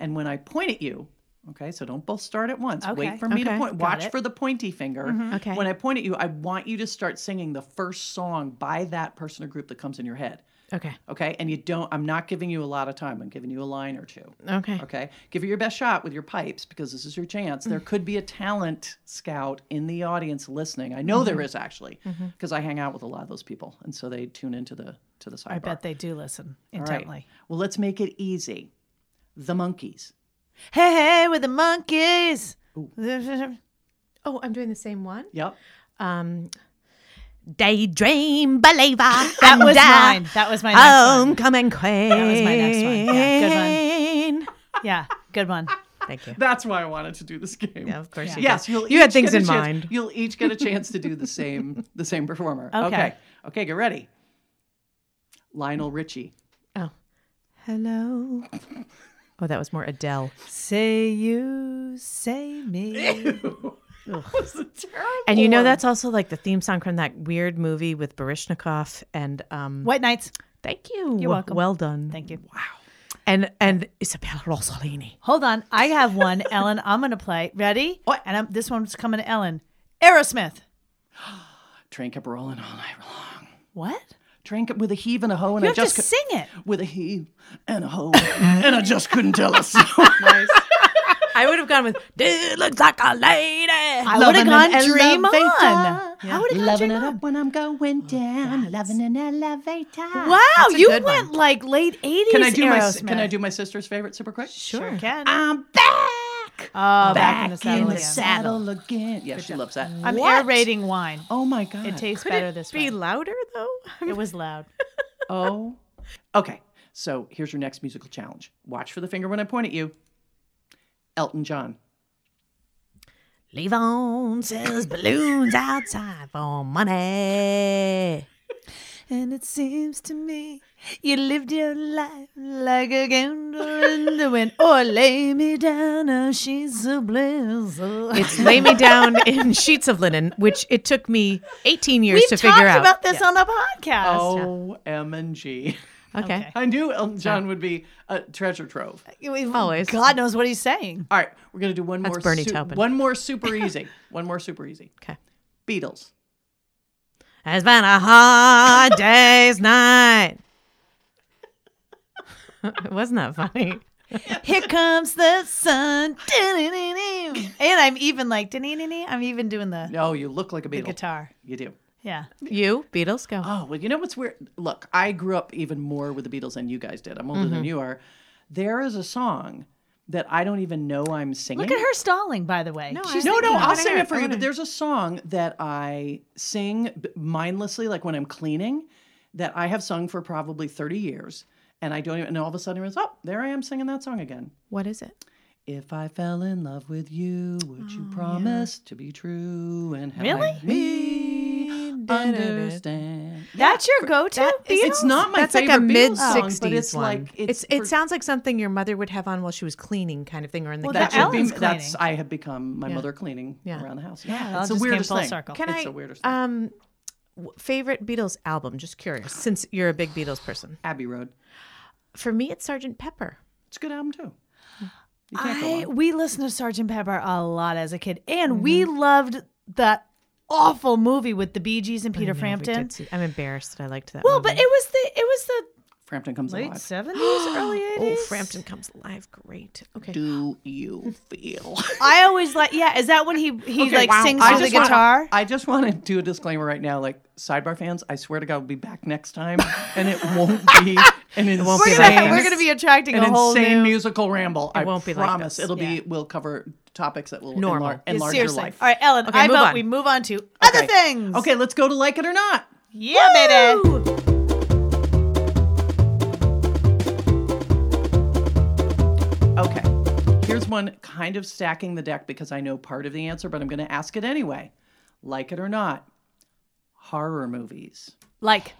Speaker 3: and when I point at you, okay. So don't both start at once.
Speaker 2: Okay.
Speaker 3: Wait for me to
Speaker 1: Okay.
Speaker 2: Got
Speaker 3: point. Watch
Speaker 2: it. Mm-hmm.
Speaker 3: for the pointy finger.
Speaker 1: Okay.
Speaker 3: When I point at you, I want you to start singing the first song by that person or group that comes in your head.
Speaker 1: Okay.
Speaker 3: Okay. And you don't. I'm not giving you a lot of time. I'm giving you a line or two.
Speaker 1: Okay.
Speaker 3: Okay. Give it your best shot with your pipes because this is your chance. There
Speaker 2: Mm.
Speaker 3: could be a talent scout in the audience listening. I know
Speaker 2: Mm-hmm.
Speaker 3: there is actually because I hang out with a lot of those people. And so they tune into the to the sidebar.
Speaker 2: I bet they do listen intently.
Speaker 3: Well, let's make it easy. The monkeys.
Speaker 2: Hey, hey, with the monkeys. That's
Speaker 1: Oh, I'm doing the same one.
Speaker 3: Yep.
Speaker 1: Um, daydream believer. That
Speaker 2: was mine. Um. That was my next one.
Speaker 1: Homecoming queen. That
Speaker 2: was my next one. Yeah, good
Speaker 1: one.
Speaker 2: Yeah, good one.
Speaker 1: Thank you.
Speaker 3: That's why I wanted to do this game.
Speaker 1: Yeah, of course you
Speaker 3: Yes,
Speaker 1: did.
Speaker 3: you'll
Speaker 1: you had
Speaker 3: each
Speaker 1: things
Speaker 3: get a
Speaker 1: in
Speaker 3: chance-
Speaker 1: mind.
Speaker 3: You'll each get a chance to do the same the same performer.
Speaker 2: Okay.
Speaker 3: Okay, Okay, get ready. Lionel Richie.
Speaker 1: Oh. Hello. Oh, that was more Adele.
Speaker 2: Say you, say me.
Speaker 1: And you know that's also like the theme song from that weird movie with Barishnikov and um
Speaker 2: White Knights.
Speaker 1: thank you.
Speaker 2: You're welcome.
Speaker 1: Well done.
Speaker 2: Thank you.
Speaker 1: And and Isabella Rossellini.
Speaker 2: Hold on. I have one, Ellen. I'm going to play. Ready? And I'm, this one's coming to Ellen. Aerosmith.
Speaker 3: Train kept rolling all night long.
Speaker 2: What?
Speaker 3: Train kept with a heave and a hoe, and
Speaker 2: You
Speaker 3: I
Speaker 2: have
Speaker 3: just
Speaker 2: to
Speaker 3: cou-
Speaker 2: sing it.
Speaker 3: with a heave and a hoe, and I just couldn't tell us. nice.
Speaker 1: I would have gone with Dude looks like a lady.
Speaker 2: I would have
Speaker 3: Lovin'
Speaker 2: gone
Speaker 3: an
Speaker 2: Dream On.
Speaker 3: elevator.
Speaker 2: I would have gone
Speaker 3: Loving
Speaker 2: Dream
Speaker 3: it
Speaker 2: On.
Speaker 3: up when I'm going down. Loving an elevator.
Speaker 2: Wow,
Speaker 1: That's a
Speaker 2: you
Speaker 1: good
Speaker 2: went
Speaker 1: one.
Speaker 2: like late 80s
Speaker 3: Can I do my
Speaker 2: Aerosmith.
Speaker 3: Can I do my sister's favorite super quick?
Speaker 2: Sure can.
Speaker 3: I'm back.
Speaker 2: Oh, back, in the saddle again.
Speaker 3: saddle again. Yeah, she loves that.
Speaker 2: I'm
Speaker 1: What?
Speaker 2: aerating wine.
Speaker 3: Oh my god.
Speaker 2: It tastes
Speaker 1: Could
Speaker 2: better
Speaker 1: it
Speaker 2: this
Speaker 1: be
Speaker 2: way.
Speaker 1: louder though?
Speaker 2: It was loud.
Speaker 3: Oh. Okay. So here's your next musical challenge. Watch for the finger when I point at you. Elton John.
Speaker 1: Leave on sells balloons outside for money.
Speaker 2: And it seems to me you lived your life like a candle in the wind. Or lay me down, oh, she's so blessed.
Speaker 1: It's lay me down in sheets of linen, which it took me 18 years
Speaker 2: We've
Speaker 1: to
Speaker 2: talked
Speaker 1: figure out.
Speaker 2: Oh, about this on a podcast.
Speaker 3: O M and G.
Speaker 1: Okay.
Speaker 2: Okay.
Speaker 3: I knew Elton John would be a treasure trove.
Speaker 1: Always.
Speaker 2: God knows what he's saying.
Speaker 3: All right, we're gonna do one
Speaker 1: That's
Speaker 3: more.
Speaker 1: Bernie Taupin.
Speaker 3: One more super easy. one more super easy.
Speaker 1: Okay.
Speaker 3: Beatles.
Speaker 1: It's been a hard day's night. Wasn't that funny?
Speaker 2: Here comes the sun. And I'm even like, I'm even doing the,
Speaker 3: No, you look like a
Speaker 2: the
Speaker 3: Beatle.
Speaker 2: guitar.
Speaker 3: You do.
Speaker 2: Yeah.
Speaker 1: You, Beatles, go.
Speaker 3: Oh well, you know what's weird? Look, I grew up even more with the Beatles than you guys did. I'm older
Speaker 2: Mm-hmm.
Speaker 3: than you are. There is a song that I don't even know I'm singing.
Speaker 2: Look at her stalling, by the way.
Speaker 1: No, I-
Speaker 2: She's
Speaker 3: No, no,
Speaker 1: thinking. I
Speaker 3: I'll
Speaker 1: wanna
Speaker 3: sing
Speaker 1: hear
Speaker 3: it for
Speaker 1: it. I
Speaker 3: you.
Speaker 1: wanna
Speaker 3: But there's a song that I sing b- mindlessly, like when I'm cleaning, that I have sung for probably 30 years, and I don't even. And all of a sudden, it was, oh, there I am singing that song again.
Speaker 1: What is it?
Speaker 3: If I fell in love with you, would you promise to be true and
Speaker 2: Oh,
Speaker 3: help
Speaker 2: Really?
Speaker 3: me understand?
Speaker 2: that's your go-to.
Speaker 1: is-
Speaker 2: Beatles?
Speaker 3: It's not my
Speaker 1: That's like
Speaker 3: favorite
Speaker 1: a
Speaker 3: Beatles
Speaker 1: mid
Speaker 3: song, but
Speaker 1: '60s
Speaker 3: it's
Speaker 1: one.
Speaker 3: like
Speaker 1: it's,
Speaker 3: it's,
Speaker 1: it
Speaker 3: for-
Speaker 1: sounds like something your mother would have on while she was cleaning, kind of thing, or in the
Speaker 2: Well,
Speaker 3: that
Speaker 1: kitchen.
Speaker 3: should be
Speaker 2: Ellen's
Speaker 3: that's
Speaker 2: cleaning.
Speaker 3: I have become my
Speaker 1: Yeah.
Speaker 3: mother cleaning
Speaker 1: Yeah.
Speaker 3: around the house.
Speaker 2: Ellen
Speaker 3: it's the
Speaker 2: just came
Speaker 3: weirdest
Speaker 2: full
Speaker 3: thing.
Speaker 2: circle. uh,
Speaker 1: Can
Speaker 3: it's
Speaker 1: I?
Speaker 3: the weirdest thing.
Speaker 1: um, w- favorite Beatles album? Just curious, since you're a big Beatles person.
Speaker 3: Abbey Road.
Speaker 1: For me, it's Sgt. Pepper.
Speaker 3: It's a good album too. You can't go
Speaker 2: I
Speaker 3: wrong.
Speaker 2: we listened to Sergeant Pepper a lot as a kid, and we loved that awful movie with the Bee Gees and Peter
Speaker 1: No, we
Speaker 2: Frampton.
Speaker 1: did see- I'm embarrassed. I liked that.
Speaker 2: Well,
Speaker 1: movie.
Speaker 2: but it was the it was the
Speaker 3: Frampton comes
Speaker 2: late
Speaker 3: alive.
Speaker 2: seventies, early
Speaker 1: oh,
Speaker 2: eighties.
Speaker 1: Frampton comes alive. Great. Okay.
Speaker 3: Do you feel?
Speaker 2: I always like yeah. Is that when he he
Speaker 3: Okay,
Speaker 2: like
Speaker 3: wow.
Speaker 2: sings
Speaker 3: I
Speaker 2: on the
Speaker 3: just wanna-
Speaker 2: guitar?
Speaker 3: I just want to do a disclaimer right now, like sidebar fans. I swear to God, we'll be back next time, and it won't be an insane,
Speaker 1: won't be
Speaker 2: we're,
Speaker 1: like
Speaker 2: gonna, we're
Speaker 1: this.
Speaker 2: gonna be attracting
Speaker 3: an
Speaker 2: a whole
Speaker 3: insane
Speaker 2: new
Speaker 3: musical ramble. I
Speaker 1: won't be like
Speaker 3: promise.
Speaker 1: this.
Speaker 3: It'll
Speaker 2: Yeah.
Speaker 3: be. We'll cover topics that will
Speaker 1: Normal.
Speaker 3: enlar- enlarge
Speaker 2: seriously.
Speaker 3: your life.
Speaker 2: All right, Ellen,
Speaker 1: Okay,
Speaker 2: I
Speaker 1: move
Speaker 2: vote
Speaker 1: on.
Speaker 2: we move on to other
Speaker 3: Okay.
Speaker 2: things.
Speaker 3: Okay, let's go to like it or not.
Speaker 2: yeah, baby.
Speaker 3: Okay. Here's one kind of stacking the deck because I know part of the answer, but I'm going to ask it anyway. Like it or not, horror movies.
Speaker 2: Like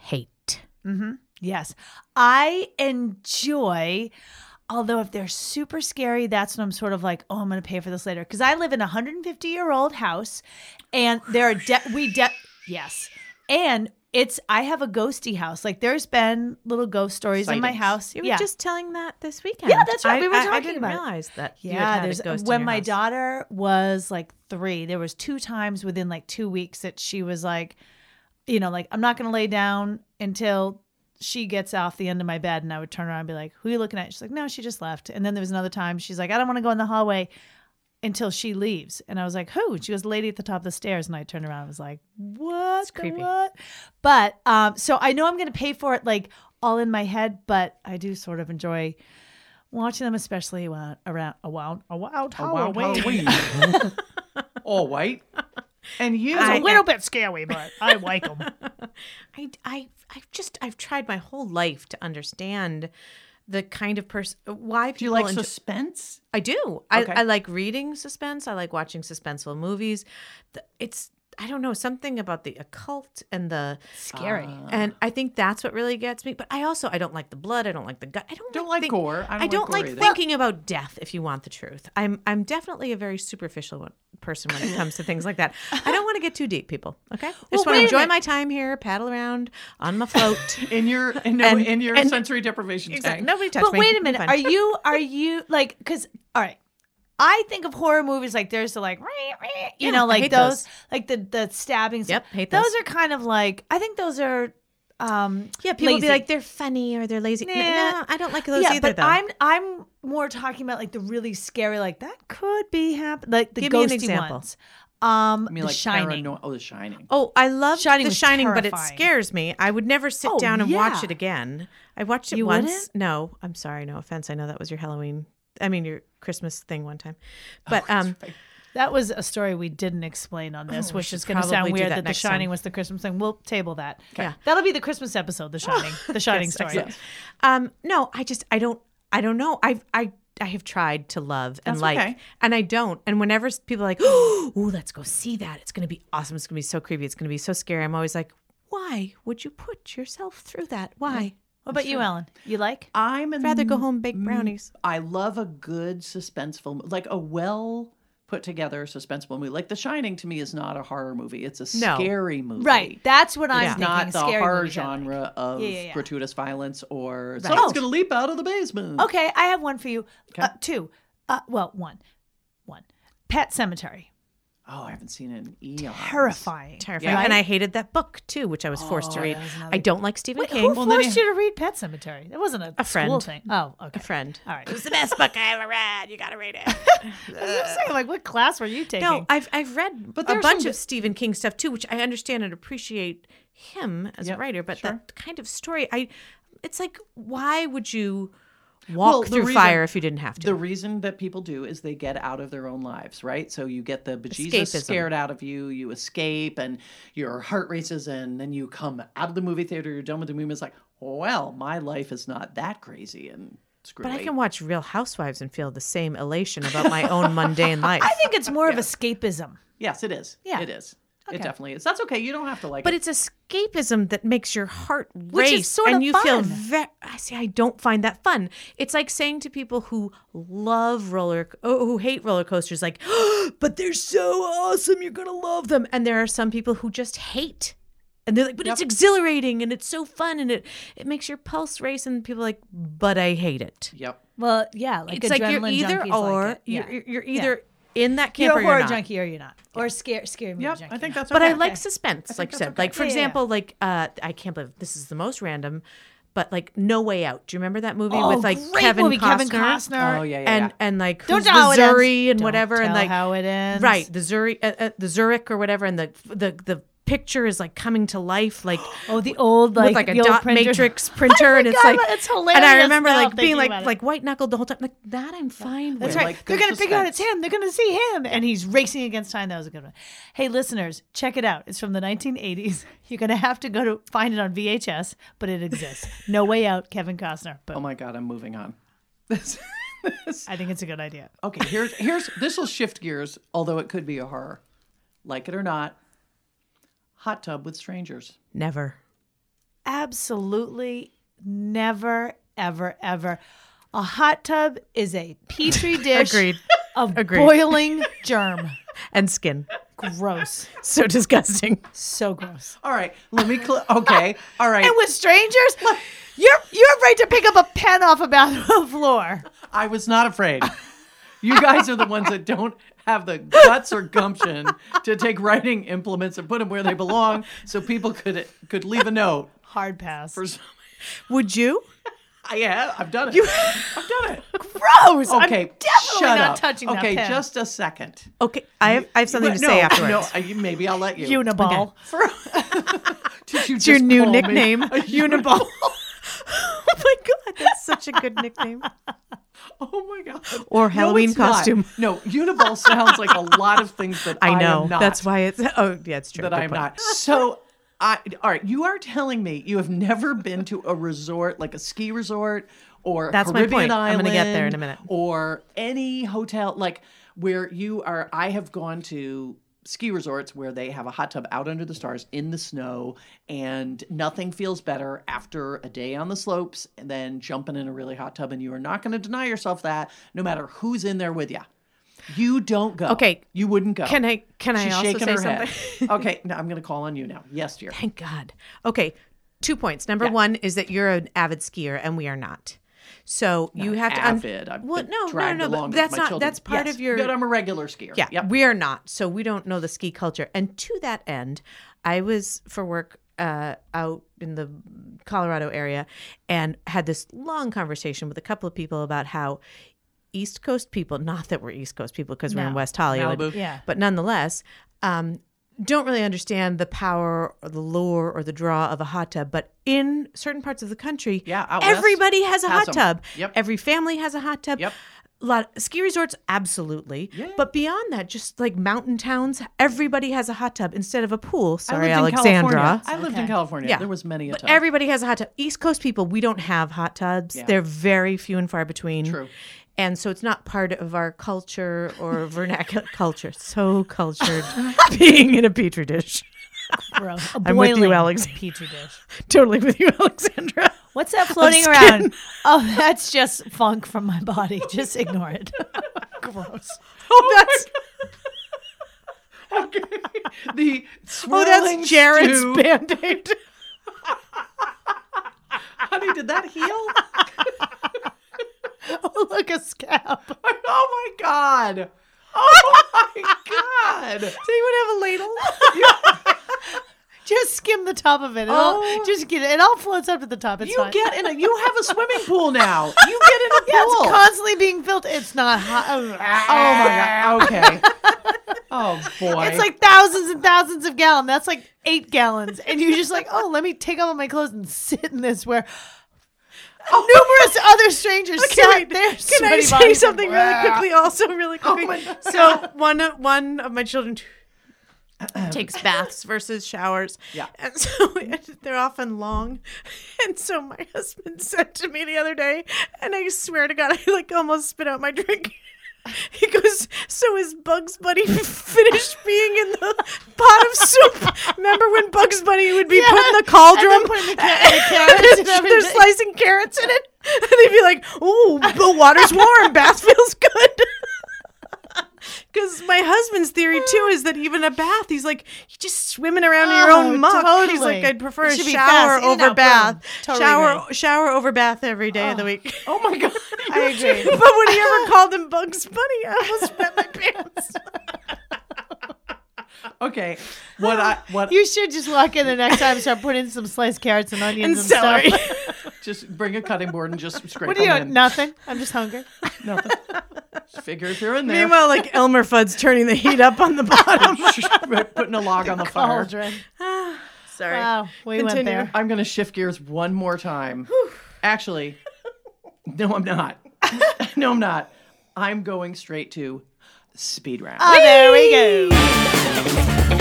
Speaker 2: Mm-hmm.
Speaker 1: Hate.
Speaker 2: Yes. I enjoy, although if they're super scary, that's when I'm sort of like, oh, I'm going to pay for this later. Because I live in a 150 year old house and there are, de- we, de- yes. And it's, I have a ghosty house. Like there's been little ghost stories in my
Speaker 3: Sightings.
Speaker 2: house.
Speaker 1: You were
Speaker 2: yeah.
Speaker 1: just telling that this weekend.
Speaker 2: Yeah, that's right.
Speaker 1: I,
Speaker 2: We were
Speaker 1: I- I
Speaker 2: talking
Speaker 1: didn't
Speaker 2: about it.
Speaker 1: realize that. you had
Speaker 2: yeah,
Speaker 1: had a
Speaker 2: there's
Speaker 1: ghost in
Speaker 2: when
Speaker 1: your
Speaker 2: my
Speaker 1: house.
Speaker 2: daughter was like three, there was two times within like two weeks that she was like, you know, like I'm not gonna lay down until she gets off the end of my bed, and I would turn around and be like, "Who are you looking at?" She's like, "No, she just left." And then there was another time she's like, "I don't want to go in the hallway until she leaves," and I was like, "Who?" And she was the lady at the top of the stairs, and I turned around and was like, "What? the
Speaker 1: creepy.
Speaker 2: What?" But um, so I know I'm gonna pay for it like all in my head, but I do sort of enjoy watching them, especially around around a wild a wild
Speaker 3: A wild
Speaker 2: Halloween.
Speaker 3: Halloween. All white. And you.
Speaker 2: It's
Speaker 1: I-
Speaker 2: a little bit scary, but I like them.
Speaker 1: I, I, I've just, I've tried my whole life to understand the kind of person, why people
Speaker 3: do you like
Speaker 1: enjoy-
Speaker 3: suspense?
Speaker 1: I do. I,
Speaker 3: Okay.
Speaker 1: I like reading suspense. I like watching suspenseful movies. The- It's I don't know something about the occult and the uh,
Speaker 2: Scary.
Speaker 1: and I think that's what really gets me. But I also I don't like the blood. I don't like the gut. I don't
Speaker 3: Don't like
Speaker 1: think-
Speaker 3: gore. I don't like gore
Speaker 1: like,
Speaker 3: either.
Speaker 1: thinking about death. If you want the truth, I'm I'm definitely a very superficial one, person when it comes to things like that. I don't want to get too deep, people. Okay, I just want
Speaker 2: wait
Speaker 1: to
Speaker 2: a
Speaker 1: enjoy
Speaker 2: minute.
Speaker 1: my time here, paddle around on my float.
Speaker 3: In your in,
Speaker 1: And-
Speaker 3: in your
Speaker 1: and-
Speaker 3: sensory deprivation
Speaker 1: exactly.
Speaker 3: tank.
Speaker 1: Nobody touch
Speaker 2: but
Speaker 1: me.
Speaker 2: wait a
Speaker 1: I'm
Speaker 2: minute,
Speaker 1: fine.
Speaker 2: are you are you like because all right. I think of horror movies like there's the like you
Speaker 1: Yeah, I
Speaker 2: know like
Speaker 1: hate
Speaker 2: those,
Speaker 1: those.
Speaker 2: like the the stabbings.
Speaker 1: Yep, hate
Speaker 2: those.
Speaker 1: those.
Speaker 2: are kind of like I think those are um
Speaker 1: Yeah, people be
Speaker 2: lazy.
Speaker 1: like they're funny or they're lazy. No,
Speaker 2: Nah.
Speaker 1: no, I don't like those
Speaker 2: yeah,
Speaker 1: either.
Speaker 2: but
Speaker 1: though.
Speaker 2: I'm I'm more talking about like the really scary like that could be happen like the
Speaker 1: Give me an
Speaker 2: ghosty
Speaker 1: example.
Speaker 2: ones. Um
Speaker 3: I mean,
Speaker 2: The
Speaker 3: like
Speaker 2: Shining.
Speaker 3: parano- Oh, The Shining.
Speaker 1: Oh, I love
Speaker 2: Shining
Speaker 1: The
Speaker 2: was
Speaker 1: Shining, but it
Speaker 2: terrifying.
Speaker 1: scares me. I would never sit
Speaker 2: Oh,
Speaker 1: down and watch
Speaker 2: yeah.
Speaker 1: it again. I watched it
Speaker 2: You
Speaker 1: once.
Speaker 2: wouldn't?
Speaker 1: No, I'm sorry. No offense. I know that was your Halloween. I mean, your Christmas thing one time.
Speaker 2: Oh,
Speaker 1: But um,
Speaker 2: That was a story we didn't explain on this, which is going to
Speaker 1: Oh, probably
Speaker 2: sound
Speaker 1: do
Speaker 2: weird
Speaker 1: that
Speaker 2: that The
Speaker 1: next
Speaker 2: Shining
Speaker 1: time.
Speaker 2: was the Christmas thing. We'll table that.
Speaker 1: Yeah.
Speaker 2: That'll be the Christmas episode, The Shining, The Shining story.
Speaker 1: excellent. um, no, I just I don't I don't know. I I I have tried to love and
Speaker 3: That's
Speaker 1: like,
Speaker 3: okay.
Speaker 1: and I don't. And whenever s- people are like, "Oh, let's go see that. It's going to be awesome. It's going to be so creepy. It's going to be so scary," I'm always like, "Why would you put yourself through that? Why?"
Speaker 2: What about you, Ellen? You like?
Speaker 3: I'm in
Speaker 2: mm,
Speaker 1: I'd rather go home and bake brownies.
Speaker 3: I love a good suspenseful, like a well put together suspenseful movie. Like The Shining to me is not a horror movie. It's a
Speaker 1: No.
Speaker 3: scary movie.
Speaker 2: Right. That's what I'm
Speaker 1: Yeah.
Speaker 2: thinking.
Speaker 3: Not the
Speaker 2: scary
Speaker 3: horror
Speaker 2: movies I like.
Speaker 3: genre of
Speaker 2: Yeah, yeah, yeah.
Speaker 3: gratuitous violence or someone's going to leap out of the basement.
Speaker 2: Okay, I have one for you.
Speaker 3: Okay.
Speaker 2: Uh, two. Uh, well, one. One. Pet Cemetery.
Speaker 3: Oh, I haven't seen it in eons.
Speaker 2: Terrifying.
Speaker 1: Terrifying.
Speaker 2: Right?
Speaker 1: And I hated that book too, which I was forced to read. I don't like Stephen
Speaker 2: Wait,
Speaker 1: King.
Speaker 2: who forced you to read Pet Cemetery? That wasn't a,
Speaker 1: A
Speaker 2: school
Speaker 1: friend.
Speaker 2: thing. Oh, okay.
Speaker 1: a friend.
Speaker 2: All right.
Speaker 1: It was the best book I ever read. You got to read it.
Speaker 2: I was gonna say, like, what class were you taking?
Speaker 1: No, I've I've read
Speaker 3: But
Speaker 1: a
Speaker 3: there's
Speaker 1: bunch
Speaker 3: some-
Speaker 1: of Stephen King stuff too, which I understand and appreciate him as a
Speaker 3: Yep,
Speaker 1: writer. But
Speaker 3: sure.
Speaker 1: that kind of story, I, it's like, why would you walk
Speaker 3: Well, the
Speaker 1: through
Speaker 3: reason-
Speaker 1: fire if you didn't have to?
Speaker 3: The reason that people do is they get out of their own lives, right? So you get the bejesus
Speaker 1: Escapism.
Speaker 3: scared out of you, you escape, and your heart races, and then you come out of the movie theater, you're done with the movie. It's like, well, my life is not that crazy and screwy.
Speaker 1: but I can watch Real Housewives and feel the same elation about my own mundane life.
Speaker 2: I think it's more of escapism.
Speaker 3: Yes, it is.
Speaker 2: Yeah.
Speaker 3: It is.
Speaker 2: Okay.
Speaker 3: It definitely is. That's okay. You don't have to like
Speaker 1: But
Speaker 3: it.
Speaker 1: it's escapism that makes your heart race,
Speaker 2: is sort
Speaker 1: and
Speaker 2: of
Speaker 1: you feel
Speaker 2: fun.
Speaker 1: very. I see. I don't find that fun. It's like saying to people who love roller, oh, who hate roller coasters, like, but they're so awesome, you're gonna love them. And there are some people who just hate, and they're like, but it's exhilarating and it's so fun and it it makes your pulse race. And people are like, but I hate it.
Speaker 3: Yep.
Speaker 2: Well, yeah, like
Speaker 1: it's like you're
Speaker 2: adrenaline
Speaker 1: either
Speaker 2: junkies
Speaker 1: or.
Speaker 2: like it. Yeah.
Speaker 1: you're, you're- you're either in that camp
Speaker 2: You're
Speaker 1: or
Speaker 2: a
Speaker 1: you're
Speaker 2: horror
Speaker 1: not.
Speaker 2: junkie or you're not, or scare scary movie
Speaker 3: Yep.
Speaker 2: junkie.
Speaker 3: I think that's
Speaker 1: but
Speaker 3: okay.
Speaker 1: I like suspense, like you said. Like for
Speaker 2: Yeah, yeah, yeah.
Speaker 1: example, like uh, I can't believe this is the most random, but like No Way Out. Do you remember that movie
Speaker 2: Oh,
Speaker 1: with like
Speaker 2: great
Speaker 1: Kevin
Speaker 2: movie,
Speaker 1: Costner?
Speaker 2: Kevin Costner.
Speaker 3: Oh, yeah, yeah.
Speaker 1: And
Speaker 3: yeah.
Speaker 1: and like
Speaker 2: Don't
Speaker 1: who's
Speaker 2: tell how it
Speaker 1: Missouri
Speaker 2: ends.
Speaker 1: and
Speaker 2: Don't
Speaker 1: whatever and
Speaker 2: tell
Speaker 1: like
Speaker 2: how it ends.
Speaker 1: right the Zurich uh, uh, the Zurich or whatever and the the the picture is like coming to life like
Speaker 2: Oh, the old like,
Speaker 1: with like a
Speaker 2: the old
Speaker 1: dot
Speaker 2: printer. Oh
Speaker 1: matrix printer and it's
Speaker 2: forgot
Speaker 1: like
Speaker 2: about- it's
Speaker 1: and I
Speaker 2: hilarious
Speaker 1: remember
Speaker 2: now
Speaker 1: like being
Speaker 2: thinking
Speaker 1: like
Speaker 2: about it.
Speaker 1: like white knuckled the whole time like that I'm fine with.
Speaker 2: That's right.
Speaker 3: like
Speaker 2: They're
Speaker 3: good
Speaker 2: going to figure out it's
Speaker 3: suspense.
Speaker 2: him. They're going to see him. And he's racing against time. That was a good one. Hey, listeners, check it out. It's from the 1980s. You're going to have to go to find it on VHS, but it exists. no Way Out, Kevin Costner. But
Speaker 3: Oh my God, I'm moving on. This, this-
Speaker 2: I think it's a good idea.
Speaker 3: okay, here's here's this will shift gears, although it could be a horror. Like it or not. Hot tub with strangers.
Speaker 1: Never.
Speaker 2: Absolutely never, ever, ever. A hot tub is a petri dish
Speaker 1: Agreed.
Speaker 2: of
Speaker 1: Agreed.
Speaker 2: boiling germ.
Speaker 1: And skin.
Speaker 2: Gross.
Speaker 1: So disgusting.
Speaker 2: So gross.
Speaker 3: All right, let me. Cl- okay, all right.
Speaker 2: And with strangers, you're you're afraid to pick up a pen off a bathroom floor.
Speaker 3: I was not afraid. You guys are the ones that don't have the guts or gumption to take writing implements and put them where they belong, so people could could leave a note.
Speaker 2: Hard pass.
Speaker 3: For some,
Speaker 1: Would you?
Speaker 3: I have. I've done it. I've done it.
Speaker 2: Gross. I'm
Speaker 3: Okay,
Speaker 2: definitely
Speaker 3: shut
Speaker 2: not
Speaker 3: up.
Speaker 2: touching that
Speaker 3: Okay,
Speaker 2: pen.
Speaker 3: just a second.
Speaker 1: Okay, I have, I have something
Speaker 3: Wait,
Speaker 1: to
Speaker 3: no,
Speaker 1: say afterwards.
Speaker 3: No, uh, you- maybe I'll let you.
Speaker 2: Uniball.
Speaker 3: For- Did you
Speaker 1: It's your
Speaker 3: just
Speaker 1: new
Speaker 3: call me
Speaker 1: nickname,
Speaker 3: a
Speaker 1: Uniball. oh my god, that's such a good nickname.
Speaker 3: Oh my god.
Speaker 1: Or Halloween
Speaker 3: it's not.
Speaker 1: costume.
Speaker 3: No, Uniball sounds like a lot of things that I,
Speaker 1: I know.
Speaker 3: am not,
Speaker 1: that's why it's. Oh, yeah, it's true.
Speaker 3: that
Speaker 1: Good
Speaker 3: I'm
Speaker 1: point.
Speaker 3: not. So I all right, you are telling me you have never been to a resort like a ski resort or a
Speaker 1: That's my
Speaker 3: Caribbean
Speaker 1: point. I'm
Speaker 3: island.
Speaker 1: gonna get there in a minute.
Speaker 3: Or any hotel like where you are I have gone to ski resorts where they have a hot tub out under the stars in the snow and nothing feels better after a day on the slopes than jumping in a really hot tub and you are not going to deny yourself that no matter who's in there with you. You don't go.
Speaker 1: Okay.
Speaker 3: You wouldn't go.
Speaker 1: Can I? Can
Speaker 3: She's
Speaker 1: I also
Speaker 3: shaking
Speaker 1: say
Speaker 3: her
Speaker 1: something?
Speaker 3: head. okay, now I'm going to call on you now. Yes, dear.
Speaker 1: Thank God. Okay, two points. Number one is that you're an avid skier and we are not. So you have to. un-
Speaker 3: Avid. I've
Speaker 1: well,
Speaker 3: been
Speaker 1: no, no,
Speaker 3: dragged
Speaker 1: no, no. But
Speaker 3: along with
Speaker 1: that's
Speaker 3: my
Speaker 1: not.
Speaker 3: children.
Speaker 1: That's part
Speaker 3: Yes,
Speaker 1: of your.
Speaker 3: But I'm a regular skier.
Speaker 1: Yeah,
Speaker 3: Yep.
Speaker 1: we are not. So we don't know the ski culture. And to that end, I was for work uh, out in the Colorado area and had this long conversation with a couple of people about how East Coast people, not that we're East Coast people because we're in
Speaker 2: No.
Speaker 1: West Hollywood,
Speaker 3: Malibu.
Speaker 2: Yeah.
Speaker 1: but nonetheless, um, don't really understand the power or the lure or the draw of a hot tub. But in certain parts of the country,
Speaker 3: Yeah, out west
Speaker 1: everybody has a
Speaker 3: has
Speaker 1: hot
Speaker 3: 'em.
Speaker 1: tub.
Speaker 3: Yep.
Speaker 1: Every family has a hot tub.
Speaker 3: Yep.
Speaker 1: A lot ski resorts, absolutely. But beyond that, just like mountain towns, everybody has a hot tub instead of a pool.
Speaker 3: I
Speaker 1: Sorry,
Speaker 3: lived in
Speaker 1: Alexandra.
Speaker 3: California. I lived in
Speaker 2: Okay.
Speaker 3: California.
Speaker 1: Yeah.
Speaker 3: There was many a time.
Speaker 1: Everybody has a hot tub. East Coast people, we don't have hot tubs. They're very few and far between.
Speaker 3: True.
Speaker 1: And so it's not part of our culture or vernacular culture. So cultured being in a petri dish.
Speaker 2: Gross. A
Speaker 1: I'm with you,
Speaker 2: boiling
Speaker 1: Alex.
Speaker 2: Petri dish.
Speaker 1: Totally with you, Alexandra.
Speaker 2: What's that floating around? Oh, that's just funk from my body. Just ignore it. Gross.
Speaker 1: Oh, that's
Speaker 3: Okay. the
Speaker 1: oh,
Speaker 3: swirling
Speaker 1: that's Jared's
Speaker 3: stew.
Speaker 1: band-aid.
Speaker 3: Honey, did that heal?
Speaker 2: Oh, look, a scab.
Speaker 3: Oh my god. Oh my god.
Speaker 1: Does anyone have a ladle?
Speaker 2: Just skim the top of it. It
Speaker 3: Oh.
Speaker 2: all, just get it. It all floats up to the top. It's
Speaker 3: You
Speaker 2: fine.
Speaker 3: get in a you have a swimming pool now. You get in a pool.
Speaker 2: yeah, it's constantly being filled. It's not hot.
Speaker 3: oh my god. Okay. Oh boy.
Speaker 2: It's like thousands and thousands of gallons. That's like eight gallons. And you're just like, oh, let me take off all my clothes and sit in this where numerous other strangers sat
Speaker 1: Oh. Can,
Speaker 2: there.
Speaker 1: I, can I say something really quickly? Also, really quickly. so one of- one of my children takes baths versus showers.
Speaker 3: Yeah.
Speaker 1: and so they're often long. And so my husband said to me the other day, and I swear to God, I like almost spit out my drink. He goes, so is Bugs Bunny finished being in the pot of soup? Remember when Bugs Bunny would be put in the cauldron?
Speaker 2: and then putting the ca- the carrots and
Speaker 1: They're
Speaker 2: everything.
Speaker 1: slicing carrots in it. And they'd be like, ooh, the water's warm. Bath feels good. Because my husband's theory too is that even a bath, he's like, you're just swimming around in your
Speaker 2: Oh,
Speaker 1: own muck. He's
Speaker 2: totally.
Speaker 1: like, I'd prefer
Speaker 2: It
Speaker 1: a
Speaker 2: should be
Speaker 1: shower
Speaker 2: fast, in and
Speaker 1: over
Speaker 2: out,
Speaker 1: bath.
Speaker 2: boom. Totally
Speaker 1: shower shower over bath every day of the week.
Speaker 3: oh my god.
Speaker 2: I agree.
Speaker 1: but when he ever called him Bugs Bunny, I almost spit my pants.
Speaker 3: Okay. What I what
Speaker 2: You should just walk in the next time and start putting in some sliced carrots and onions and,
Speaker 1: and celery.
Speaker 2: stuff.
Speaker 3: just bring a cutting board and just scrape
Speaker 2: What are you
Speaker 3: them in.
Speaker 2: doing? Nothing. I'm just hungry.
Speaker 3: Nothing. Figure if you're in there.
Speaker 1: Meanwhile, like Elmer Fudd's turning the heat up on the bottom.
Speaker 3: putting a log on the fire.
Speaker 2: Cauldron.
Speaker 1: Sorry.
Speaker 2: Wow, we
Speaker 1: Continue. Uh,
Speaker 2: went there.
Speaker 3: I'm going to shift gears one more time. Actually, no, I'm not. no, I'm not. I'm going straight to speed round.
Speaker 2: Oh, there we go.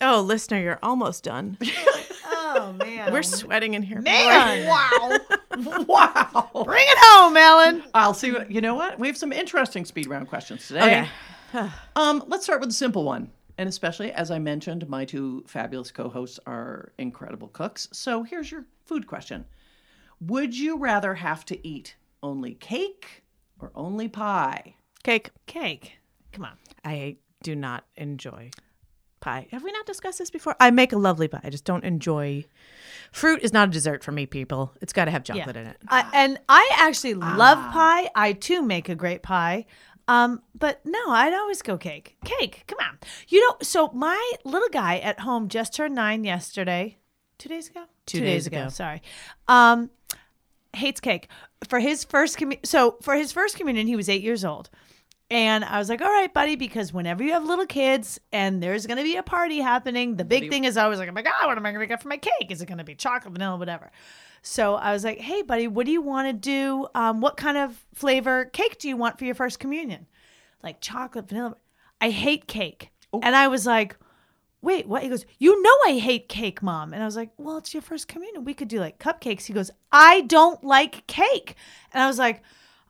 Speaker 1: Oh, listener, you're almost done.
Speaker 2: Oh man,
Speaker 1: We're sweating in here.
Speaker 2: man. Wow.
Speaker 3: wow.
Speaker 2: Bring it home, Ellen.
Speaker 3: I'll see what, you know what? We have some interesting speed round questions today.
Speaker 1: Okay.
Speaker 3: Um, let's start with a simple one. And especially, as I mentioned, my two fabulous co hosts are incredible cooks. So here's your food question Would you rather have to eat only cake or only pie?
Speaker 1: Cake.
Speaker 2: Cake. Come on.
Speaker 1: I do not enjoy pie. Have we not discussed this before? I make a lovely pie. I just don't enjoy. Fruit is not a dessert for me, people. It's got to have chocolate in it.
Speaker 2: I, and I actually love pie. I too make a great pie. Um, but no, I'd always go cake. Cake, come on. You know, so my little guy at home just turned nine yesterday, two days ago.
Speaker 1: Two days ago.
Speaker 2: Sorry. Um, hates cake. For his first commu- so for his first communion, he was eight years old. And I was like, all right, buddy, because whenever you have little kids and there's going to be a party happening, the big thing is always like, oh my God, what am I going to get for my cake? Is it going to be chocolate, vanilla, whatever? So I was like, hey, buddy, what do you want to do? Um, what kind of flavor cake do you want for your first communion? Like chocolate, vanilla. I hate cake. And I was like, wait, what? He goes, you know, I hate cake, mom. And I was like, well, it's your first communion. We could do like cupcakes. He goes, I don't like cake. And I was like,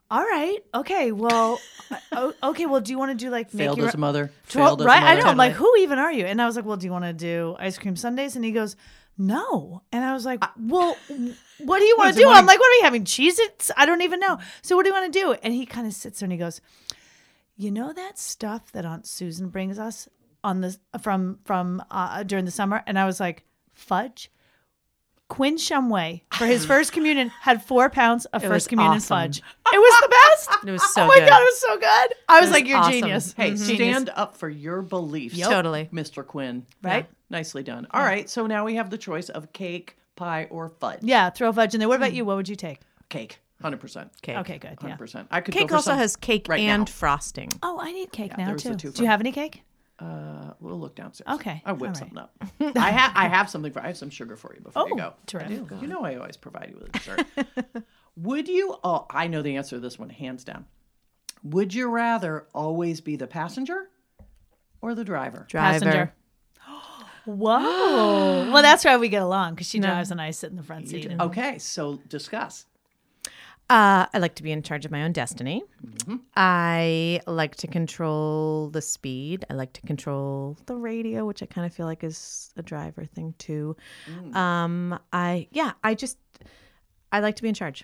Speaker 2: all right, okay, well, o- okay, well, do you want to do like
Speaker 3: Failed
Speaker 2: make your
Speaker 3: as a mother.
Speaker 2: Tro-
Speaker 3: Failed as a
Speaker 2: right? I know.
Speaker 3: mother.
Speaker 2: I'm like, who even are you? And I was like, well, do you want to do ice cream sundaes? And he goes, no. And I was like, well, what do you want
Speaker 3: does
Speaker 2: to
Speaker 3: he
Speaker 2: do?
Speaker 3: wanna-
Speaker 2: I'm like, what are we having? Cheez Its? I don't even know. So what do you want to do? And he kind of sits there and he goes, you know that stuff that Aunt Susan brings us on the from from uh, during the summer? And I was like, fudge. Quinn Shumway for his first communion had four pounds of
Speaker 1: It was
Speaker 2: first communion
Speaker 1: awesome.
Speaker 2: fudge. It was the best.
Speaker 1: It was so
Speaker 2: oh my
Speaker 1: good.
Speaker 2: god, it was so good. I was,
Speaker 1: was
Speaker 2: like, you're
Speaker 1: awesome.
Speaker 2: genius.
Speaker 3: Hey,
Speaker 2: Mhm. Genius.
Speaker 3: stand up for your beliefs.
Speaker 1: Totally.
Speaker 3: Mr. Quinn.
Speaker 2: Right?
Speaker 3: Yeah. Nicely done. All right. So now we have the choice of cake, pie, or fudge.
Speaker 2: Yeah, throw fudge in there. What about you? What would you take?
Speaker 3: Cake. 100%.
Speaker 1: Cake.
Speaker 2: Okay, good. Yeah.
Speaker 3: 100%. I could go
Speaker 1: Cake
Speaker 3: for
Speaker 1: also
Speaker 3: some-
Speaker 1: has cake
Speaker 3: right
Speaker 1: and
Speaker 3: now.
Speaker 1: frosting.
Speaker 2: Oh, I need cake now
Speaker 3: there's the
Speaker 2: too.
Speaker 3: two
Speaker 2: Do you have any cake?
Speaker 3: Uh, we'll look downstairs.
Speaker 2: Okay,
Speaker 3: I whip
Speaker 2: all right.
Speaker 3: something up. I have I have something for I have some sugar for you before you go.
Speaker 2: Oh, terrific.
Speaker 3: I do. You know I always provide you with a dessert. Would you oh I know the answer to this one hands down. Would you rather always be the passenger or the driver?
Speaker 1: Driver.
Speaker 2: Passenger. Whoa. mm-hmm.
Speaker 3: Oh.
Speaker 2: well, that's why we get along because she drives and I sit in the front seat. And
Speaker 3: Okay, so discuss.
Speaker 1: Uh, I like to be in charge of my own destiny. I like to control the speed. I like to control the radio, which I kind of feel like is a driver thing too. Um, I yeah, I just I like to be in charge.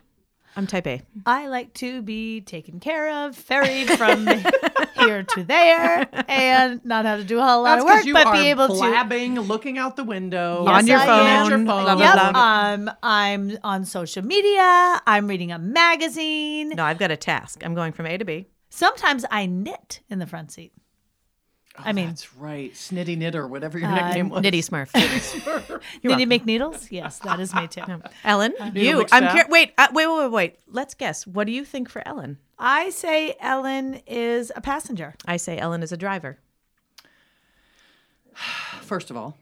Speaker 1: I'm type A.
Speaker 2: I like to be taken care of, ferried from here to there, and not have to do a whole lot
Speaker 3: That's
Speaker 2: of work,
Speaker 3: 'cause you
Speaker 2: but
Speaker 3: are
Speaker 2: be able to.
Speaker 3: blabbing, looking out the window,
Speaker 1: On your
Speaker 2: I
Speaker 1: phone,
Speaker 2: am.
Speaker 3: at your phone.
Speaker 1: blah, blah,
Speaker 2: Yep,
Speaker 1: blah.
Speaker 2: um, I'm on social media. I'm reading a magazine.
Speaker 1: No, I've got a task. I'm going from A to B.
Speaker 2: Sometimes I knit in the front seat.
Speaker 3: Oh,
Speaker 2: I mean- uh,
Speaker 3: that's right, Snitty Knitter, whatever your nickname was.
Speaker 1: Nitty Smurf.
Speaker 2: Did you make needles? Yes, that is me too.
Speaker 1: Ellen,
Speaker 3: Noodle
Speaker 1: you.
Speaker 3: mixed
Speaker 1: I'm
Speaker 3: up.
Speaker 1: cur- wait, uh, wait, wait, wait, wait. Let's guess. What do you think for Ellen?
Speaker 2: I say Ellen is a passenger.
Speaker 1: I say Ellen is a driver.
Speaker 3: First of all,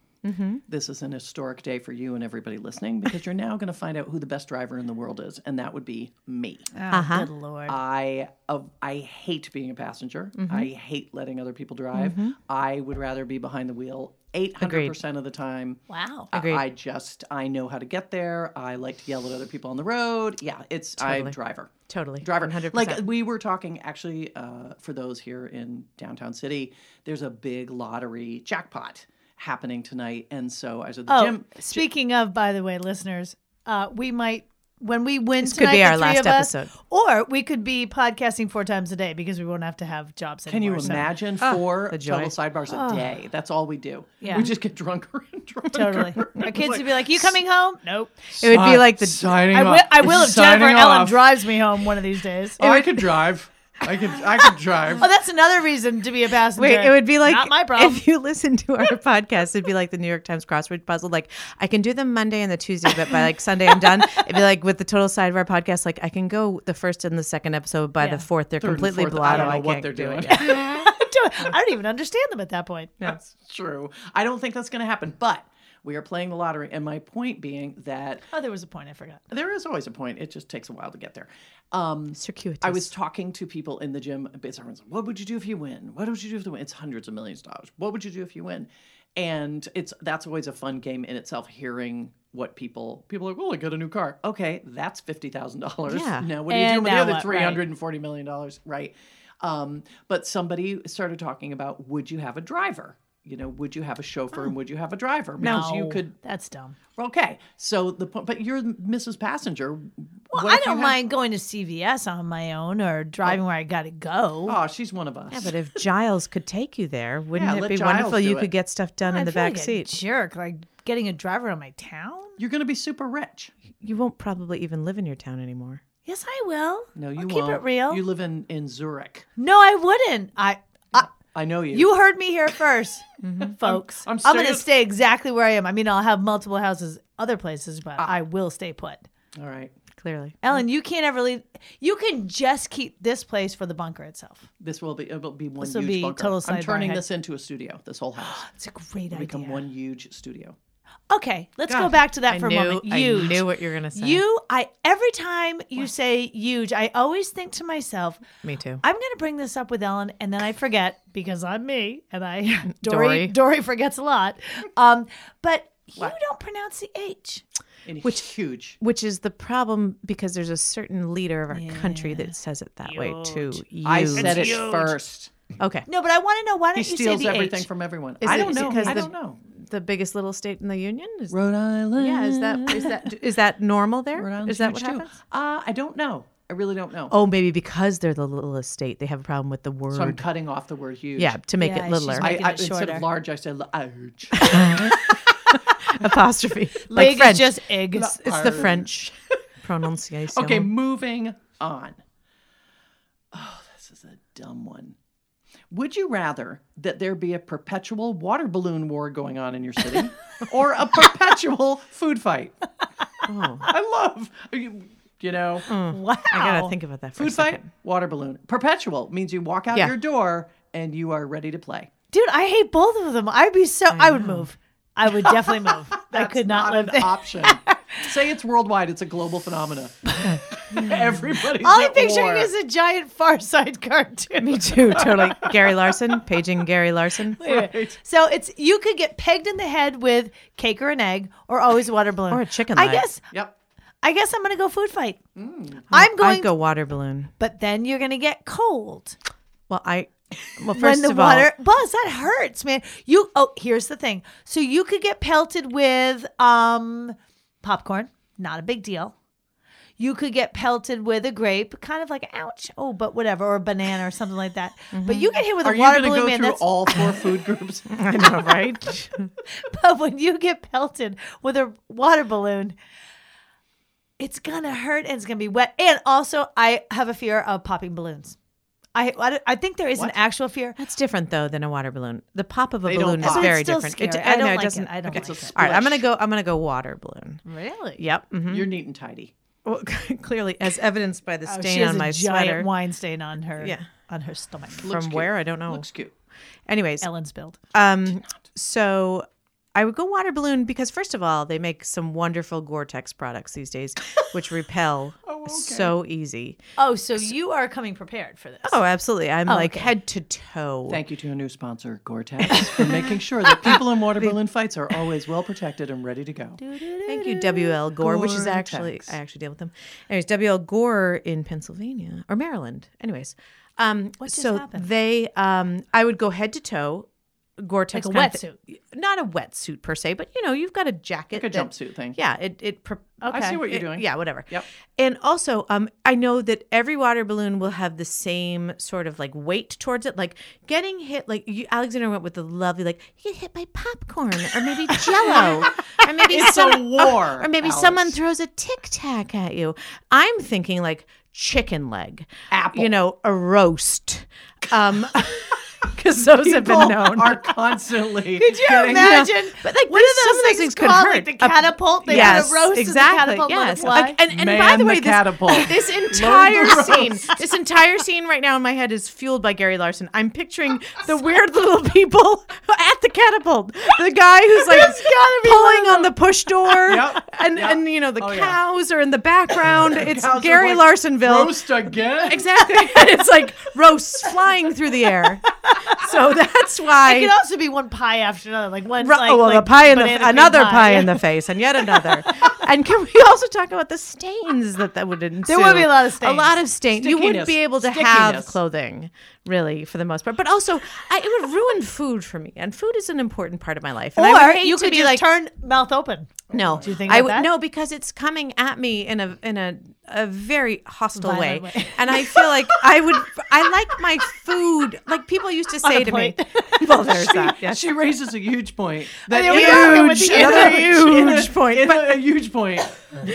Speaker 3: this is an historic day for you and everybody listening because you're now going to find out who the best driver in the world is, and that would be me.
Speaker 2: Oh, Good lord.
Speaker 3: I of I hate being a passenger. I hate letting other people drive. I would rather be behind the wheel 800% of the time.
Speaker 2: wow.
Speaker 3: I-
Speaker 1: Agreed.
Speaker 3: I just I know how to get there. I like to yell at other people on the road. Yeah, it's I'm
Speaker 1: Totally.
Speaker 3: driver.
Speaker 1: Totally.
Speaker 3: Driver.
Speaker 1: 100%.
Speaker 3: Like we were talking actually uh, for those here in downtown city, there's a big lottery jackpot happening tonight and so I was at the
Speaker 2: Oh,
Speaker 3: gym.
Speaker 2: speaking of, by the way, listeners, uh, we might when we win
Speaker 1: could
Speaker 2: tonight,
Speaker 1: be
Speaker 2: the
Speaker 1: our
Speaker 2: three
Speaker 1: last
Speaker 2: of us,
Speaker 1: episode.
Speaker 2: or we could be podcasting four times a day because we won't have to have jobs
Speaker 3: Can you
Speaker 2: anymore. so-
Speaker 3: imagine four
Speaker 1: Ah, the joy. Ah.
Speaker 3: total sidebars a day? That's all we do.
Speaker 2: Yeah.
Speaker 3: We just get drunker and drunker.
Speaker 2: Totally. Our kids would be like, "You coming home?" Nope.
Speaker 1: it would be like the
Speaker 4: signing
Speaker 2: I
Speaker 4: off.
Speaker 2: will. I will if
Speaker 4: Signing
Speaker 2: Jennifer Ellen
Speaker 4: off.
Speaker 2: drives me home one of these days.
Speaker 4: Oh, I could drive. I could. I could drive.
Speaker 2: Oh, that's another reason to be a passenger.
Speaker 1: Wait, it would be like
Speaker 2: not my problem.
Speaker 1: if you listen to our podcast, it'd be like the New York Times crossword puzzle. Like I can do the Monday and the Tuesday, but by like Sunday I'm done. It'd be like with the total sidebar podcast, like I can go the first and the second episode. By
Speaker 2: Yeah.
Speaker 1: the fourth, they're
Speaker 3: and
Speaker 1: completely
Speaker 3: fourth, I
Speaker 1: blotted.
Speaker 3: don't know
Speaker 1: I
Speaker 3: what
Speaker 1: can't
Speaker 3: they're
Speaker 1: do
Speaker 3: doing.
Speaker 1: it.
Speaker 2: I don't- I don't even understand them at that point.
Speaker 3: That's true. I don't think that's going to happen, but we are playing the lottery. And my point being that
Speaker 2: Oh, there was a point I forgot.
Speaker 3: there is always a point. It just takes a while to get there. Um,
Speaker 1: Circuitous.
Speaker 3: I was talking to people in the gym. It's everyone's like, what would you do if you win? What would you do if you win? It's hundreds of millions of dollars. What would you do if you win? And it's that's always a fun game in itself. Hearing what people people are like, well, I got a new car. Okay, that's fifty thousand dollars.
Speaker 1: Yeah.
Speaker 3: Now what do you
Speaker 2: And
Speaker 3: do with the
Speaker 2: now
Speaker 3: other
Speaker 2: what?
Speaker 3: three
Speaker 2: Right.
Speaker 3: hundred and forty million dollars? Right. Um, but somebody started talking about would you have a driver? You know, would you have a chauffeur and would you have a driver? Because you
Speaker 2: Oh. No,
Speaker 3: could.
Speaker 2: That's dumb.
Speaker 3: Okay, so the po- but you're Mrs. Passenger.
Speaker 2: Well, I don't mind going to CVS on my own or driving where I got to go.
Speaker 3: Oh, she's one of us.
Speaker 1: Yeah, but if Giles could take you there, wouldn't
Speaker 3: Yeah,
Speaker 1: it
Speaker 3: let
Speaker 1: be
Speaker 3: Giles
Speaker 1: wonderful?
Speaker 3: do
Speaker 1: You
Speaker 3: it.
Speaker 1: could get stuff done in
Speaker 2: I
Speaker 1: the
Speaker 2: feel
Speaker 1: back
Speaker 2: like
Speaker 1: seat.
Speaker 2: A jerk, like getting a driver on my town.
Speaker 3: You're going to be super rich.
Speaker 1: You won't probably even live in your town anymore.
Speaker 2: Yes, I will.
Speaker 3: No, you
Speaker 2: I'll
Speaker 3: won't.
Speaker 2: keep it real.
Speaker 3: You live in in Zurich.
Speaker 2: no, I wouldn't. I, I
Speaker 3: I know you.
Speaker 2: you heard me here 1st folks.
Speaker 3: I'm- I'm
Speaker 2: gonna
Speaker 3: serious.
Speaker 2: stay exactly where I am. I mean, I'll have multiple houses, other places, but I will stay put.
Speaker 3: All right.
Speaker 1: Clearly,
Speaker 2: Ellen, you can't ever leave. You can just keep this place for the bunker itself.
Speaker 3: This will be it will be one
Speaker 2: This will
Speaker 3: huge
Speaker 2: be
Speaker 3: bunker.
Speaker 2: total
Speaker 3: I'm
Speaker 2: sidebar
Speaker 3: turning
Speaker 2: ahead.
Speaker 3: this into a studio. This whole house
Speaker 2: It's a great
Speaker 3: become
Speaker 2: idea.
Speaker 3: one huge studio.
Speaker 2: Okay, let's go
Speaker 3: God,
Speaker 2: back to that
Speaker 1: I
Speaker 2: for
Speaker 1: knew.
Speaker 2: a moment.
Speaker 1: I
Speaker 2: Huge.
Speaker 1: knew what you were gonna say.
Speaker 2: You, I every time you say huge, I always think to myself,
Speaker 1: me too.
Speaker 2: I'm going to bring this up with Ellen, and then I forget because I'm me, and I
Speaker 1: Dory.
Speaker 2: Dory Dory, forgets a lot. Um, but you don't pronounce the H.
Speaker 3: And Which huge.
Speaker 1: Which is the problem because there's a certain leader of our country that says it that way too. You.
Speaker 3: I said it
Speaker 2: It's huge.
Speaker 3: first.
Speaker 1: Okay.
Speaker 2: No, but I want to know why
Speaker 3: He
Speaker 2: don't you say
Speaker 3: steals
Speaker 2: the
Speaker 3: everything
Speaker 2: H?
Speaker 3: from everyone.
Speaker 1: Is
Speaker 3: I
Speaker 1: it
Speaker 3: don't know.
Speaker 1: because
Speaker 3: I
Speaker 1: the-
Speaker 3: don't know.
Speaker 1: The biggest little state in the union is
Speaker 3: Rhode Island.
Speaker 1: Yeah, is that is that is that normal there? Is
Speaker 3: Rhode Island's
Speaker 1: that what
Speaker 3: huge too.
Speaker 1: happens?
Speaker 3: Uh, I don't know. I really don't know.
Speaker 1: Oh, maybe because they're the littlest state, they have a problem with the word.
Speaker 3: So I'm cutting off the word huge.
Speaker 1: yeah, to make
Speaker 2: Yeah,
Speaker 1: it
Speaker 2: she's
Speaker 1: littler.
Speaker 2: right.
Speaker 3: I,
Speaker 2: Making
Speaker 3: I,
Speaker 2: it
Speaker 3: instead
Speaker 2: shorter.
Speaker 3: of large, I said large.
Speaker 1: Apostrophe.
Speaker 2: Lig
Speaker 1: like French.
Speaker 2: is just egg.
Speaker 1: it's, it's the French pronunciation.
Speaker 3: Okay, moving on. Oh, this is a dumb one. Would you rather that there be a perpetual water balloon war going on in your city or a perpetual food fight?
Speaker 1: Oh,
Speaker 3: I love, you, you know,
Speaker 2: wow.
Speaker 1: I gotta think about that. For
Speaker 3: food
Speaker 1: a second.
Speaker 3: fight, water balloon. Perpetual means you walk out
Speaker 1: Yeah.
Speaker 3: your door and you are ready to play.
Speaker 2: Dude, I hate both of them. I'd be so. I, would move. I would definitely move. I could not, live
Speaker 3: an
Speaker 2: there.
Speaker 3: option. Say it's worldwide, it's a global phenomena. Everybody's
Speaker 2: All I'm
Speaker 3: at
Speaker 2: picturing
Speaker 3: war.
Speaker 2: is a giant Far Side cartoon.
Speaker 1: Me too. Totally. Gary Larson, paging Gary Larson.
Speaker 3: Right.
Speaker 2: So it's you could get pegged in the head with cake or an egg, or always a water balloon
Speaker 1: Or a chicken
Speaker 2: I
Speaker 1: leg.
Speaker 2: guess
Speaker 3: Yep.
Speaker 2: I guess I'm gonna go food fight.
Speaker 3: Mm.
Speaker 2: I'm going,
Speaker 1: I'd go water balloon.
Speaker 2: but then you're gonna get cold
Speaker 1: Well, I. Well, first
Speaker 2: when the
Speaker 1: of
Speaker 2: water. Buzz, that hurts, man. You oh, here's the thing. So you could get pelted with um popcorn, not a big deal. You could get pelted with a grape, kind of like ouch, oh, but whatever, or a banana or something like that.
Speaker 1: Mm-hmm.
Speaker 2: But you get hit with
Speaker 3: Are
Speaker 2: a
Speaker 3: you
Speaker 2: water
Speaker 3: going to
Speaker 2: balloon,
Speaker 3: go
Speaker 2: man.
Speaker 3: through
Speaker 2: that's
Speaker 3: all four food groups?
Speaker 1: all, I know, right?
Speaker 2: But when you get pelted with a water balloon, it's gonna hurt and it's gonna be wet. And also, I have a fear of popping balloons. I I, don't- I think there is an actual fear.
Speaker 1: That's different though than a water balloon. The pop of a
Speaker 3: They don't
Speaker 1: balloon is
Speaker 3: pop. But
Speaker 2: it's
Speaker 1: very
Speaker 2: still
Speaker 1: different.
Speaker 2: scary. I
Speaker 1: know,
Speaker 2: don't like it.
Speaker 1: doesn't-
Speaker 2: I don't
Speaker 1: okay.
Speaker 2: like it.
Speaker 1: All right, I'm gonna
Speaker 3: Splish.
Speaker 1: go. I'm gonna go water balloon.
Speaker 2: Really?
Speaker 1: Yep. mhm.
Speaker 3: You're neat and tidy.
Speaker 1: Well, clearly, as evidenced by the
Speaker 2: Oh,
Speaker 1: stain
Speaker 2: she has
Speaker 1: on
Speaker 2: a
Speaker 1: my
Speaker 2: giant
Speaker 1: sweater
Speaker 2: wine stain on her.
Speaker 1: Yeah.
Speaker 2: on her stomach.
Speaker 1: from
Speaker 3: cute.
Speaker 1: where I don't know.
Speaker 3: Looks cute.
Speaker 1: Anyways,
Speaker 2: Ellen's build.
Speaker 1: Um, so I would go water balloon because first of all, they make some wonderful Gore-Tex products these days, which repel so easy.
Speaker 2: Oh, so you are coming prepared for this?
Speaker 1: Oh, absolutely! I'm like
Speaker 2: okay.
Speaker 1: head to toe.
Speaker 3: Thank you to a new sponsor, Gore-Tex, for making sure that people in water balloon fights are always well protected and ready to go.
Speaker 1: Thank you, W.L. Gore, which is actually
Speaker 3: Gore-Tex.
Speaker 1: I actually deal with them. Anyways, W.L. Gore in Pennsylvania or Maryland. Anyways, um,
Speaker 2: What just
Speaker 1: so
Speaker 2: happened?
Speaker 1: they, um, I would go head to toe, Gore-Tex,
Speaker 2: Like a
Speaker 1: kind of thi- not a wetsuit per se, but you know, you've got a jacket,
Speaker 3: Like a
Speaker 1: that-
Speaker 3: jumpsuit thing.
Speaker 1: Yeah, it it. Pre-
Speaker 3: I see what you're
Speaker 1: it-
Speaker 3: doing.
Speaker 1: Yeah, whatever.
Speaker 3: Yep.
Speaker 1: And also, um, I know that every water balloon will have the same sort of like weight towards it. Like getting hit, like you, Alexander went with the lovely, like you get hit by popcorn or maybe Jello or maybe
Speaker 3: It's a
Speaker 1: some-
Speaker 3: war,
Speaker 1: or maybe
Speaker 3: Alex.
Speaker 1: someone throws a tic tac at you. I'm thinking like chicken leg,
Speaker 3: Apple.
Speaker 1: you know, a roast, um, because those have been
Speaker 3: People
Speaker 1: known.
Speaker 3: are constantly.
Speaker 2: Could you
Speaker 3: getting-
Speaker 2: imagine?
Speaker 1: But like,
Speaker 2: what
Speaker 1: this-
Speaker 2: are
Speaker 1: some of
Speaker 2: those
Speaker 1: those
Speaker 2: things,
Speaker 1: things could
Speaker 2: called?
Speaker 1: hurt.
Speaker 2: Like the
Speaker 1: A-
Speaker 2: catapult. They
Speaker 1: yes,
Speaker 2: had a roast
Speaker 1: exactly.
Speaker 2: and the catapult
Speaker 1: yes.
Speaker 2: let it fly.
Speaker 1: Like, and and by
Speaker 3: Man
Speaker 1: the way,
Speaker 3: the
Speaker 1: this,
Speaker 3: catapult.
Speaker 1: this entire scene, this entire scene right now in my head is fueled by Gary Larson. I'm picturing the weird little people at the catapult. The guy who's like pulling on the push door,
Speaker 3: Yep,
Speaker 1: and
Speaker 3: yep.
Speaker 1: and you know the
Speaker 3: Oh, yeah.
Speaker 1: cows are in the background. It's
Speaker 3: Cows are
Speaker 1: Gary
Speaker 3: like,
Speaker 1: Larsonville.
Speaker 4: Roast again?
Speaker 1: Exactly. it's like roasts flying through the air. So that's why
Speaker 2: It could also be one pie after another, like one.
Speaker 1: Ru-
Speaker 2: like,
Speaker 1: oh, well,
Speaker 2: like
Speaker 1: the pie in the
Speaker 2: banana cream
Speaker 1: another pie, in the face, and yet another. and can we also talk about the stains that that would ensue?
Speaker 2: would be a lot of
Speaker 1: A lot of
Speaker 2: stains.
Speaker 1: stains. You wouldn't
Speaker 3: Stickiness.
Speaker 1: be able to have
Speaker 3: Stickiness.
Speaker 1: clothing, really, for the most part. But also, I, it would ruin food for me, and food is an important part of my life. And I
Speaker 2: Or
Speaker 1: would hate
Speaker 2: you
Speaker 1: to
Speaker 2: could
Speaker 1: be
Speaker 2: just
Speaker 1: like,
Speaker 2: turn mouth open.
Speaker 1: no,
Speaker 2: Do you think
Speaker 1: I
Speaker 2: about
Speaker 1: would
Speaker 2: that?
Speaker 1: no because it's coming at me in a in a, a very hostile way.
Speaker 2: Violent way.
Speaker 1: and I feel like I would I like my food. Like people used to say
Speaker 2: a
Speaker 1: to
Speaker 2: plate.
Speaker 1: me, well, there's that. Oh, Yeah.
Speaker 3: She raises a huge point. That
Speaker 2: there we
Speaker 3: in
Speaker 2: go.
Speaker 3: a-
Speaker 2: Huge,
Speaker 1: Huge, another huge point.
Speaker 3: in a, a huge point.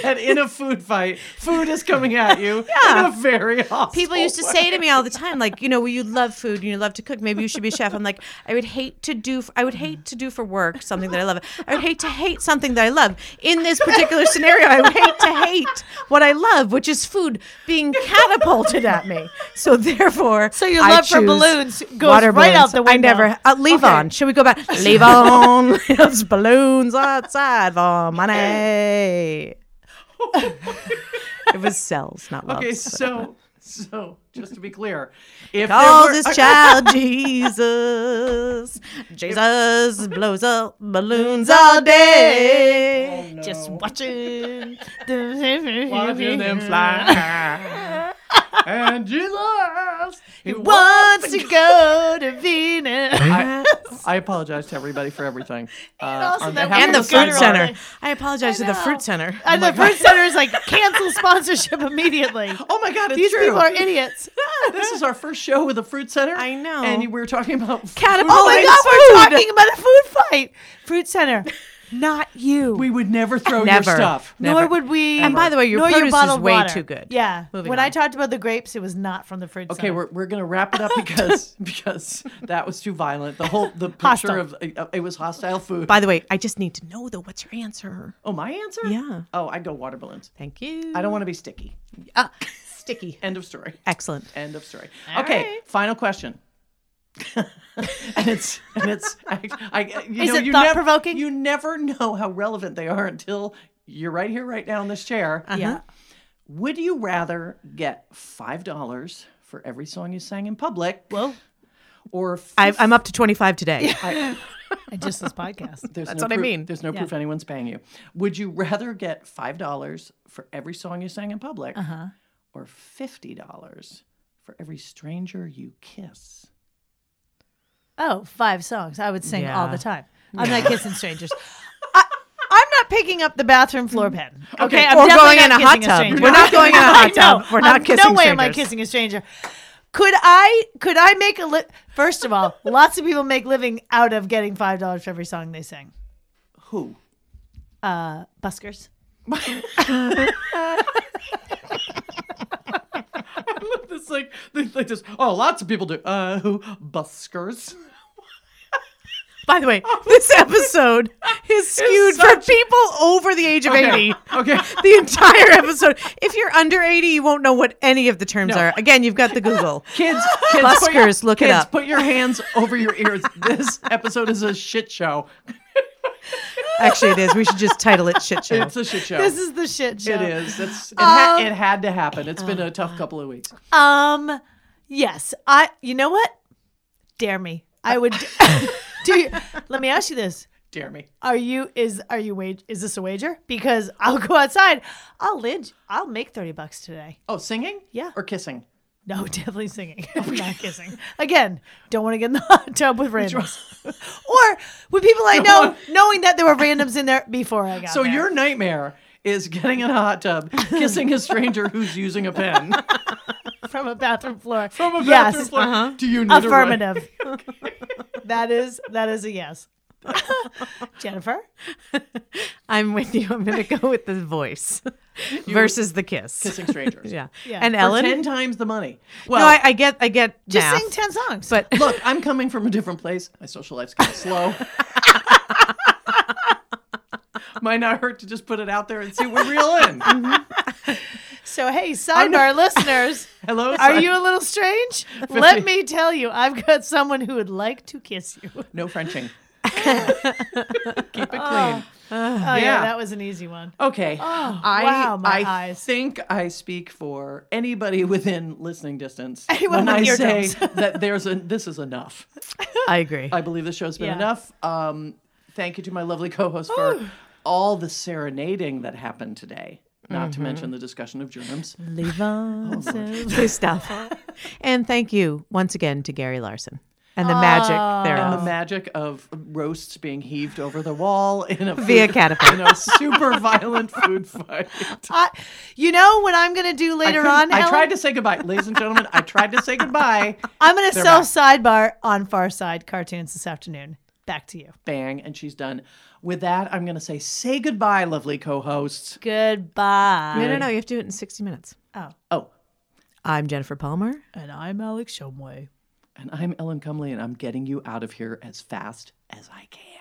Speaker 3: That in a food fight, food is coming at you in a very hostile.
Speaker 1: people used to
Speaker 3: way.
Speaker 1: say to me all the time like you know well, you love food and you love to cook maybe you should be a chef i'm like i would hate to do i would hate to do for work something that i love i would hate to hate something that i love in this particular scenario i would hate to hate what i love which is food being catapulted at me so therefore
Speaker 2: So your
Speaker 1: I
Speaker 2: love for
Speaker 1: choose
Speaker 2: balloons goes
Speaker 1: water
Speaker 2: right
Speaker 1: balloons.
Speaker 2: out the window.
Speaker 1: i never uh, leave on should we go back leave on there's balloons outside for money it was cells not love
Speaker 3: Okay, so so just to be clear, if
Speaker 1: calls
Speaker 3: there were,
Speaker 1: his child Jesus. Jesus blows up balloons all day.
Speaker 2: Just watching.
Speaker 4: Watching them fly. and Jesus, he was.
Speaker 2: Wants to go to Venus.
Speaker 1: Oh
Speaker 3: I, I apologize to everybody for everything. Uh,
Speaker 2: also
Speaker 3: on
Speaker 2: that
Speaker 3: behalf
Speaker 1: And
Speaker 2: one
Speaker 1: the
Speaker 3: of
Speaker 2: was good
Speaker 1: fruit
Speaker 2: earlier.
Speaker 1: center. I apologize to the
Speaker 2: know.
Speaker 1: fruit center.
Speaker 2: And the first center is like cancel sponsorship immediately.
Speaker 3: Oh my God, it's
Speaker 2: These
Speaker 3: true.
Speaker 2: people are idiots.
Speaker 3: this is our first show with a fruit center.
Speaker 1: I know.
Speaker 3: And we were talking about
Speaker 1: Catapult.
Speaker 2: Oh my
Speaker 1: Nice
Speaker 2: god,
Speaker 1: food.
Speaker 2: we're talking about a food fight. Fruit center, not you.
Speaker 3: We would never throw
Speaker 1: Never.
Speaker 3: your stuff.
Speaker 2: nor
Speaker 1: Never.
Speaker 2: would we.
Speaker 1: And by the way, your
Speaker 2: nor
Speaker 1: produce is
Speaker 2: bottled
Speaker 1: way
Speaker 2: water.
Speaker 1: too good.
Speaker 2: Yeah.
Speaker 1: Moving
Speaker 2: when
Speaker 1: on.
Speaker 2: I talked about the grapes, it was not from the fruit
Speaker 3: Okay,
Speaker 2: center.
Speaker 3: we're, we're gonna wrap it up because because that was too violent. The whole the
Speaker 2: Hostile.
Speaker 3: picture of uh, it was hostile food.
Speaker 1: By the way, I just need to know though, what's your answer?
Speaker 3: oh, my answer?
Speaker 1: Yeah.
Speaker 3: Oh, I'd go water balloons.
Speaker 1: Thank you.
Speaker 3: I don't want to be sticky.
Speaker 1: Ah, sticky.
Speaker 3: End of story.
Speaker 1: Excellent.
Speaker 3: End of story. okay, final question. and it's and it's I, I you
Speaker 2: Is
Speaker 3: know
Speaker 2: it
Speaker 3: you never
Speaker 2: thought-provoking?
Speaker 3: you never know how relevant they are until you're right here right now in this chair.
Speaker 2: yeah.
Speaker 3: Would you rather get five dollars for every song you sang in public,
Speaker 2: Well,
Speaker 3: or
Speaker 1: I, I'm up to 25 today.
Speaker 3: I,
Speaker 2: And just this podcast.
Speaker 3: There's
Speaker 1: That's
Speaker 3: no
Speaker 1: what I
Speaker 3: proof-
Speaker 1: mean.
Speaker 3: There's no
Speaker 2: Yeah.
Speaker 3: proof anyone's paying you. Would you rather get $5 for every song you sang in public or $50 for every stranger you kiss?
Speaker 2: Oh, five songs. I would sing all
Speaker 1: Yeah.
Speaker 2: the time. I'm not kissing strangers. I, I'm not picking up the bathroom floor pen. Okay,
Speaker 3: Okay,
Speaker 2: I'm
Speaker 1: Mm. or
Speaker 2: definitely
Speaker 1: going in
Speaker 2: not
Speaker 1: a hot
Speaker 2: kissing
Speaker 1: tub.
Speaker 2: stranger.
Speaker 1: We're not going in a hot
Speaker 2: I know.
Speaker 1: tub. We're not
Speaker 2: I'm-
Speaker 1: kissing
Speaker 2: No way am I
Speaker 1: strangers.
Speaker 2: kissing a stranger. Could I? Could I make a li- first of all? lots of people make living out of getting five dollars for every song they sing.
Speaker 3: Who?
Speaker 2: Uh, buskers.
Speaker 3: It's like, they, they just, oh, lots of people do. Uh, who? Buskers.
Speaker 1: By the way,
Speaker 3: Oh.
Speaker 1: this episode is skewed for people over the age of 80.
Speaker 3: Okay.
Speaker 1: The entire episode. If you're under 80, you won't know what any of the terms
Speaker 3: No.
Speaker 1: are. Again, you've got the Google.
Speaker 3: Kids, kids put your-
Speaker 1: Buskers, look it
Speaker 3: kids,
Speaker 1: up.
Speaker 3: Put your hands over your ears. This episode is a shit show.
Speaker 1: Actually, it is. We should just title it Shit Show.
Speaker 3: It's a shit show.
Speaker 2: This is the shit show.
Speaker 3: it is. It's, it, ha- it had to happen. It's been a tough couple of weeks.
Speaker 2: Um, yes. I. You know what? Dare me. I would. do. You, let me ask you this.
Speaker 3: Dare me.
Speaker 2: Are you is are you wage is this a wager? Because I'll go outside. I'll lynch. I'll make thirty bucks today.
Speaker 3: Oh, singing?
Speaker 2: Yeah.
Speaker 3: Or kissing?
Speaker 2: No, definitely singing. I'm not kissing. Again, don't want to get in the hot tub with randoms. or with people I know, knowing that there were randoms in there before I got
Speaker 3: So
Speaker 2: there.
Speaker 3: your nightmare is getting in a hot tub, kissing a stranger who's using a pen
Speaker 2: from a bathroom floor.
Speaker 3: from a
Speaker 2: yes.
Speaker 3: bathroom floor. Do you need a ride?
Speaker 2: Affirmative. that is that is a yes. Jennifer?
Speaker 1: I'm with you. I'm going to go with the voice versus the kiss.
Speaker 3: Kissing strangers.
Speaker 1: Yeah.
Speaker 2: Yeah.
Speaker 1: And
Speaker 2: For
Speaker 1: Ellen.
Speaker 3: Ten times the money. Well,
Speaker 1: no, I, I get, I get.
Speaker 2: Just
Speaker 1: math.
Speaker 2: sing ten songs.
Speaker 1: But
Speaker 3: look, I'm coming from a different place. My social life's kind of slow. Might not hurt to just put it out there and see what we reel in.
Speaker 2: so hey, sidebar listeners.
Speaker 3: Hello,
Speaker 2: Are
Speaker 3: si-
Speaker 2: you a little strange? Let me tell you, I've got someone who would like to kiss you. Oh,
Speaker 3: No Frenching. Keep it clean.
Speaker 2: yeah,
Speaker 3: Yeah.
Speaker 2: that was an easy one.
Speaker 3: Okay. I,
Speaker 2: Oh, wow, my
Speaker 3: I
Speaker 2: eyes.
Speaker 3: think I speak for anybody within listening distance
Speaker 2: Anyone
Speaker 3: when
Speaker 2: with
Speaker 3: I
Speaker 2: eardrums.
Speaker 3: say that there's a this is enough.
Speaker 1: I agree.
Speaker 3: I believe the show's been
Speaker 2: Yeah.
Speaker 3: enough. Um, thank you to my lovely co-host for all the serenading that happened today. Not
Speaker 2: Mm-hmm.
Speaker 3: to mention the discussion of germs.
Speaker 1: Good stuff. and thank you once again to Gary Larson and the magic
Speaker 3: And the
Speaker 1: thereof
Speaker 3: magic of roasts being heaved over the wall in a
Speaker 1: via
Speaker 3: food-
Speaker 1: catapult.
Speaker 3: in a super violent food fight.
Speaker 2: I, you know what I'm going to do
Speaker 3: I,
Speaker 2: later
Speaker 3: couldn't-
Speaker 2: on?
Speaker 3: I
Speaker 2: Helen?
Speaker 3: tried to say goodbye. Ladies and gentlemen, I tried to say goodbye.
Speaker 2: I'm going to
Speaker 3: They're
Speaker 2: sell sidebar on Far Side cartoons this afternoon. Back to you.
Speaker 3: bang, and she's done. With that, I'm going to say, say goodbye, lovely co hosts.
Speaker 2: Goodbye.
Speaker 1: No, no, no. You have to do it in 60 minutes.
Speaker 2: Oh,
Speaker 3: Oh,
Speaker 1: I'm Jennifer Palmer.
Speaker 2: and I'm Alex Shumway.
Speaker 3: and I'm Ellen Cumley, and I'm getting you out of here as fast as I can.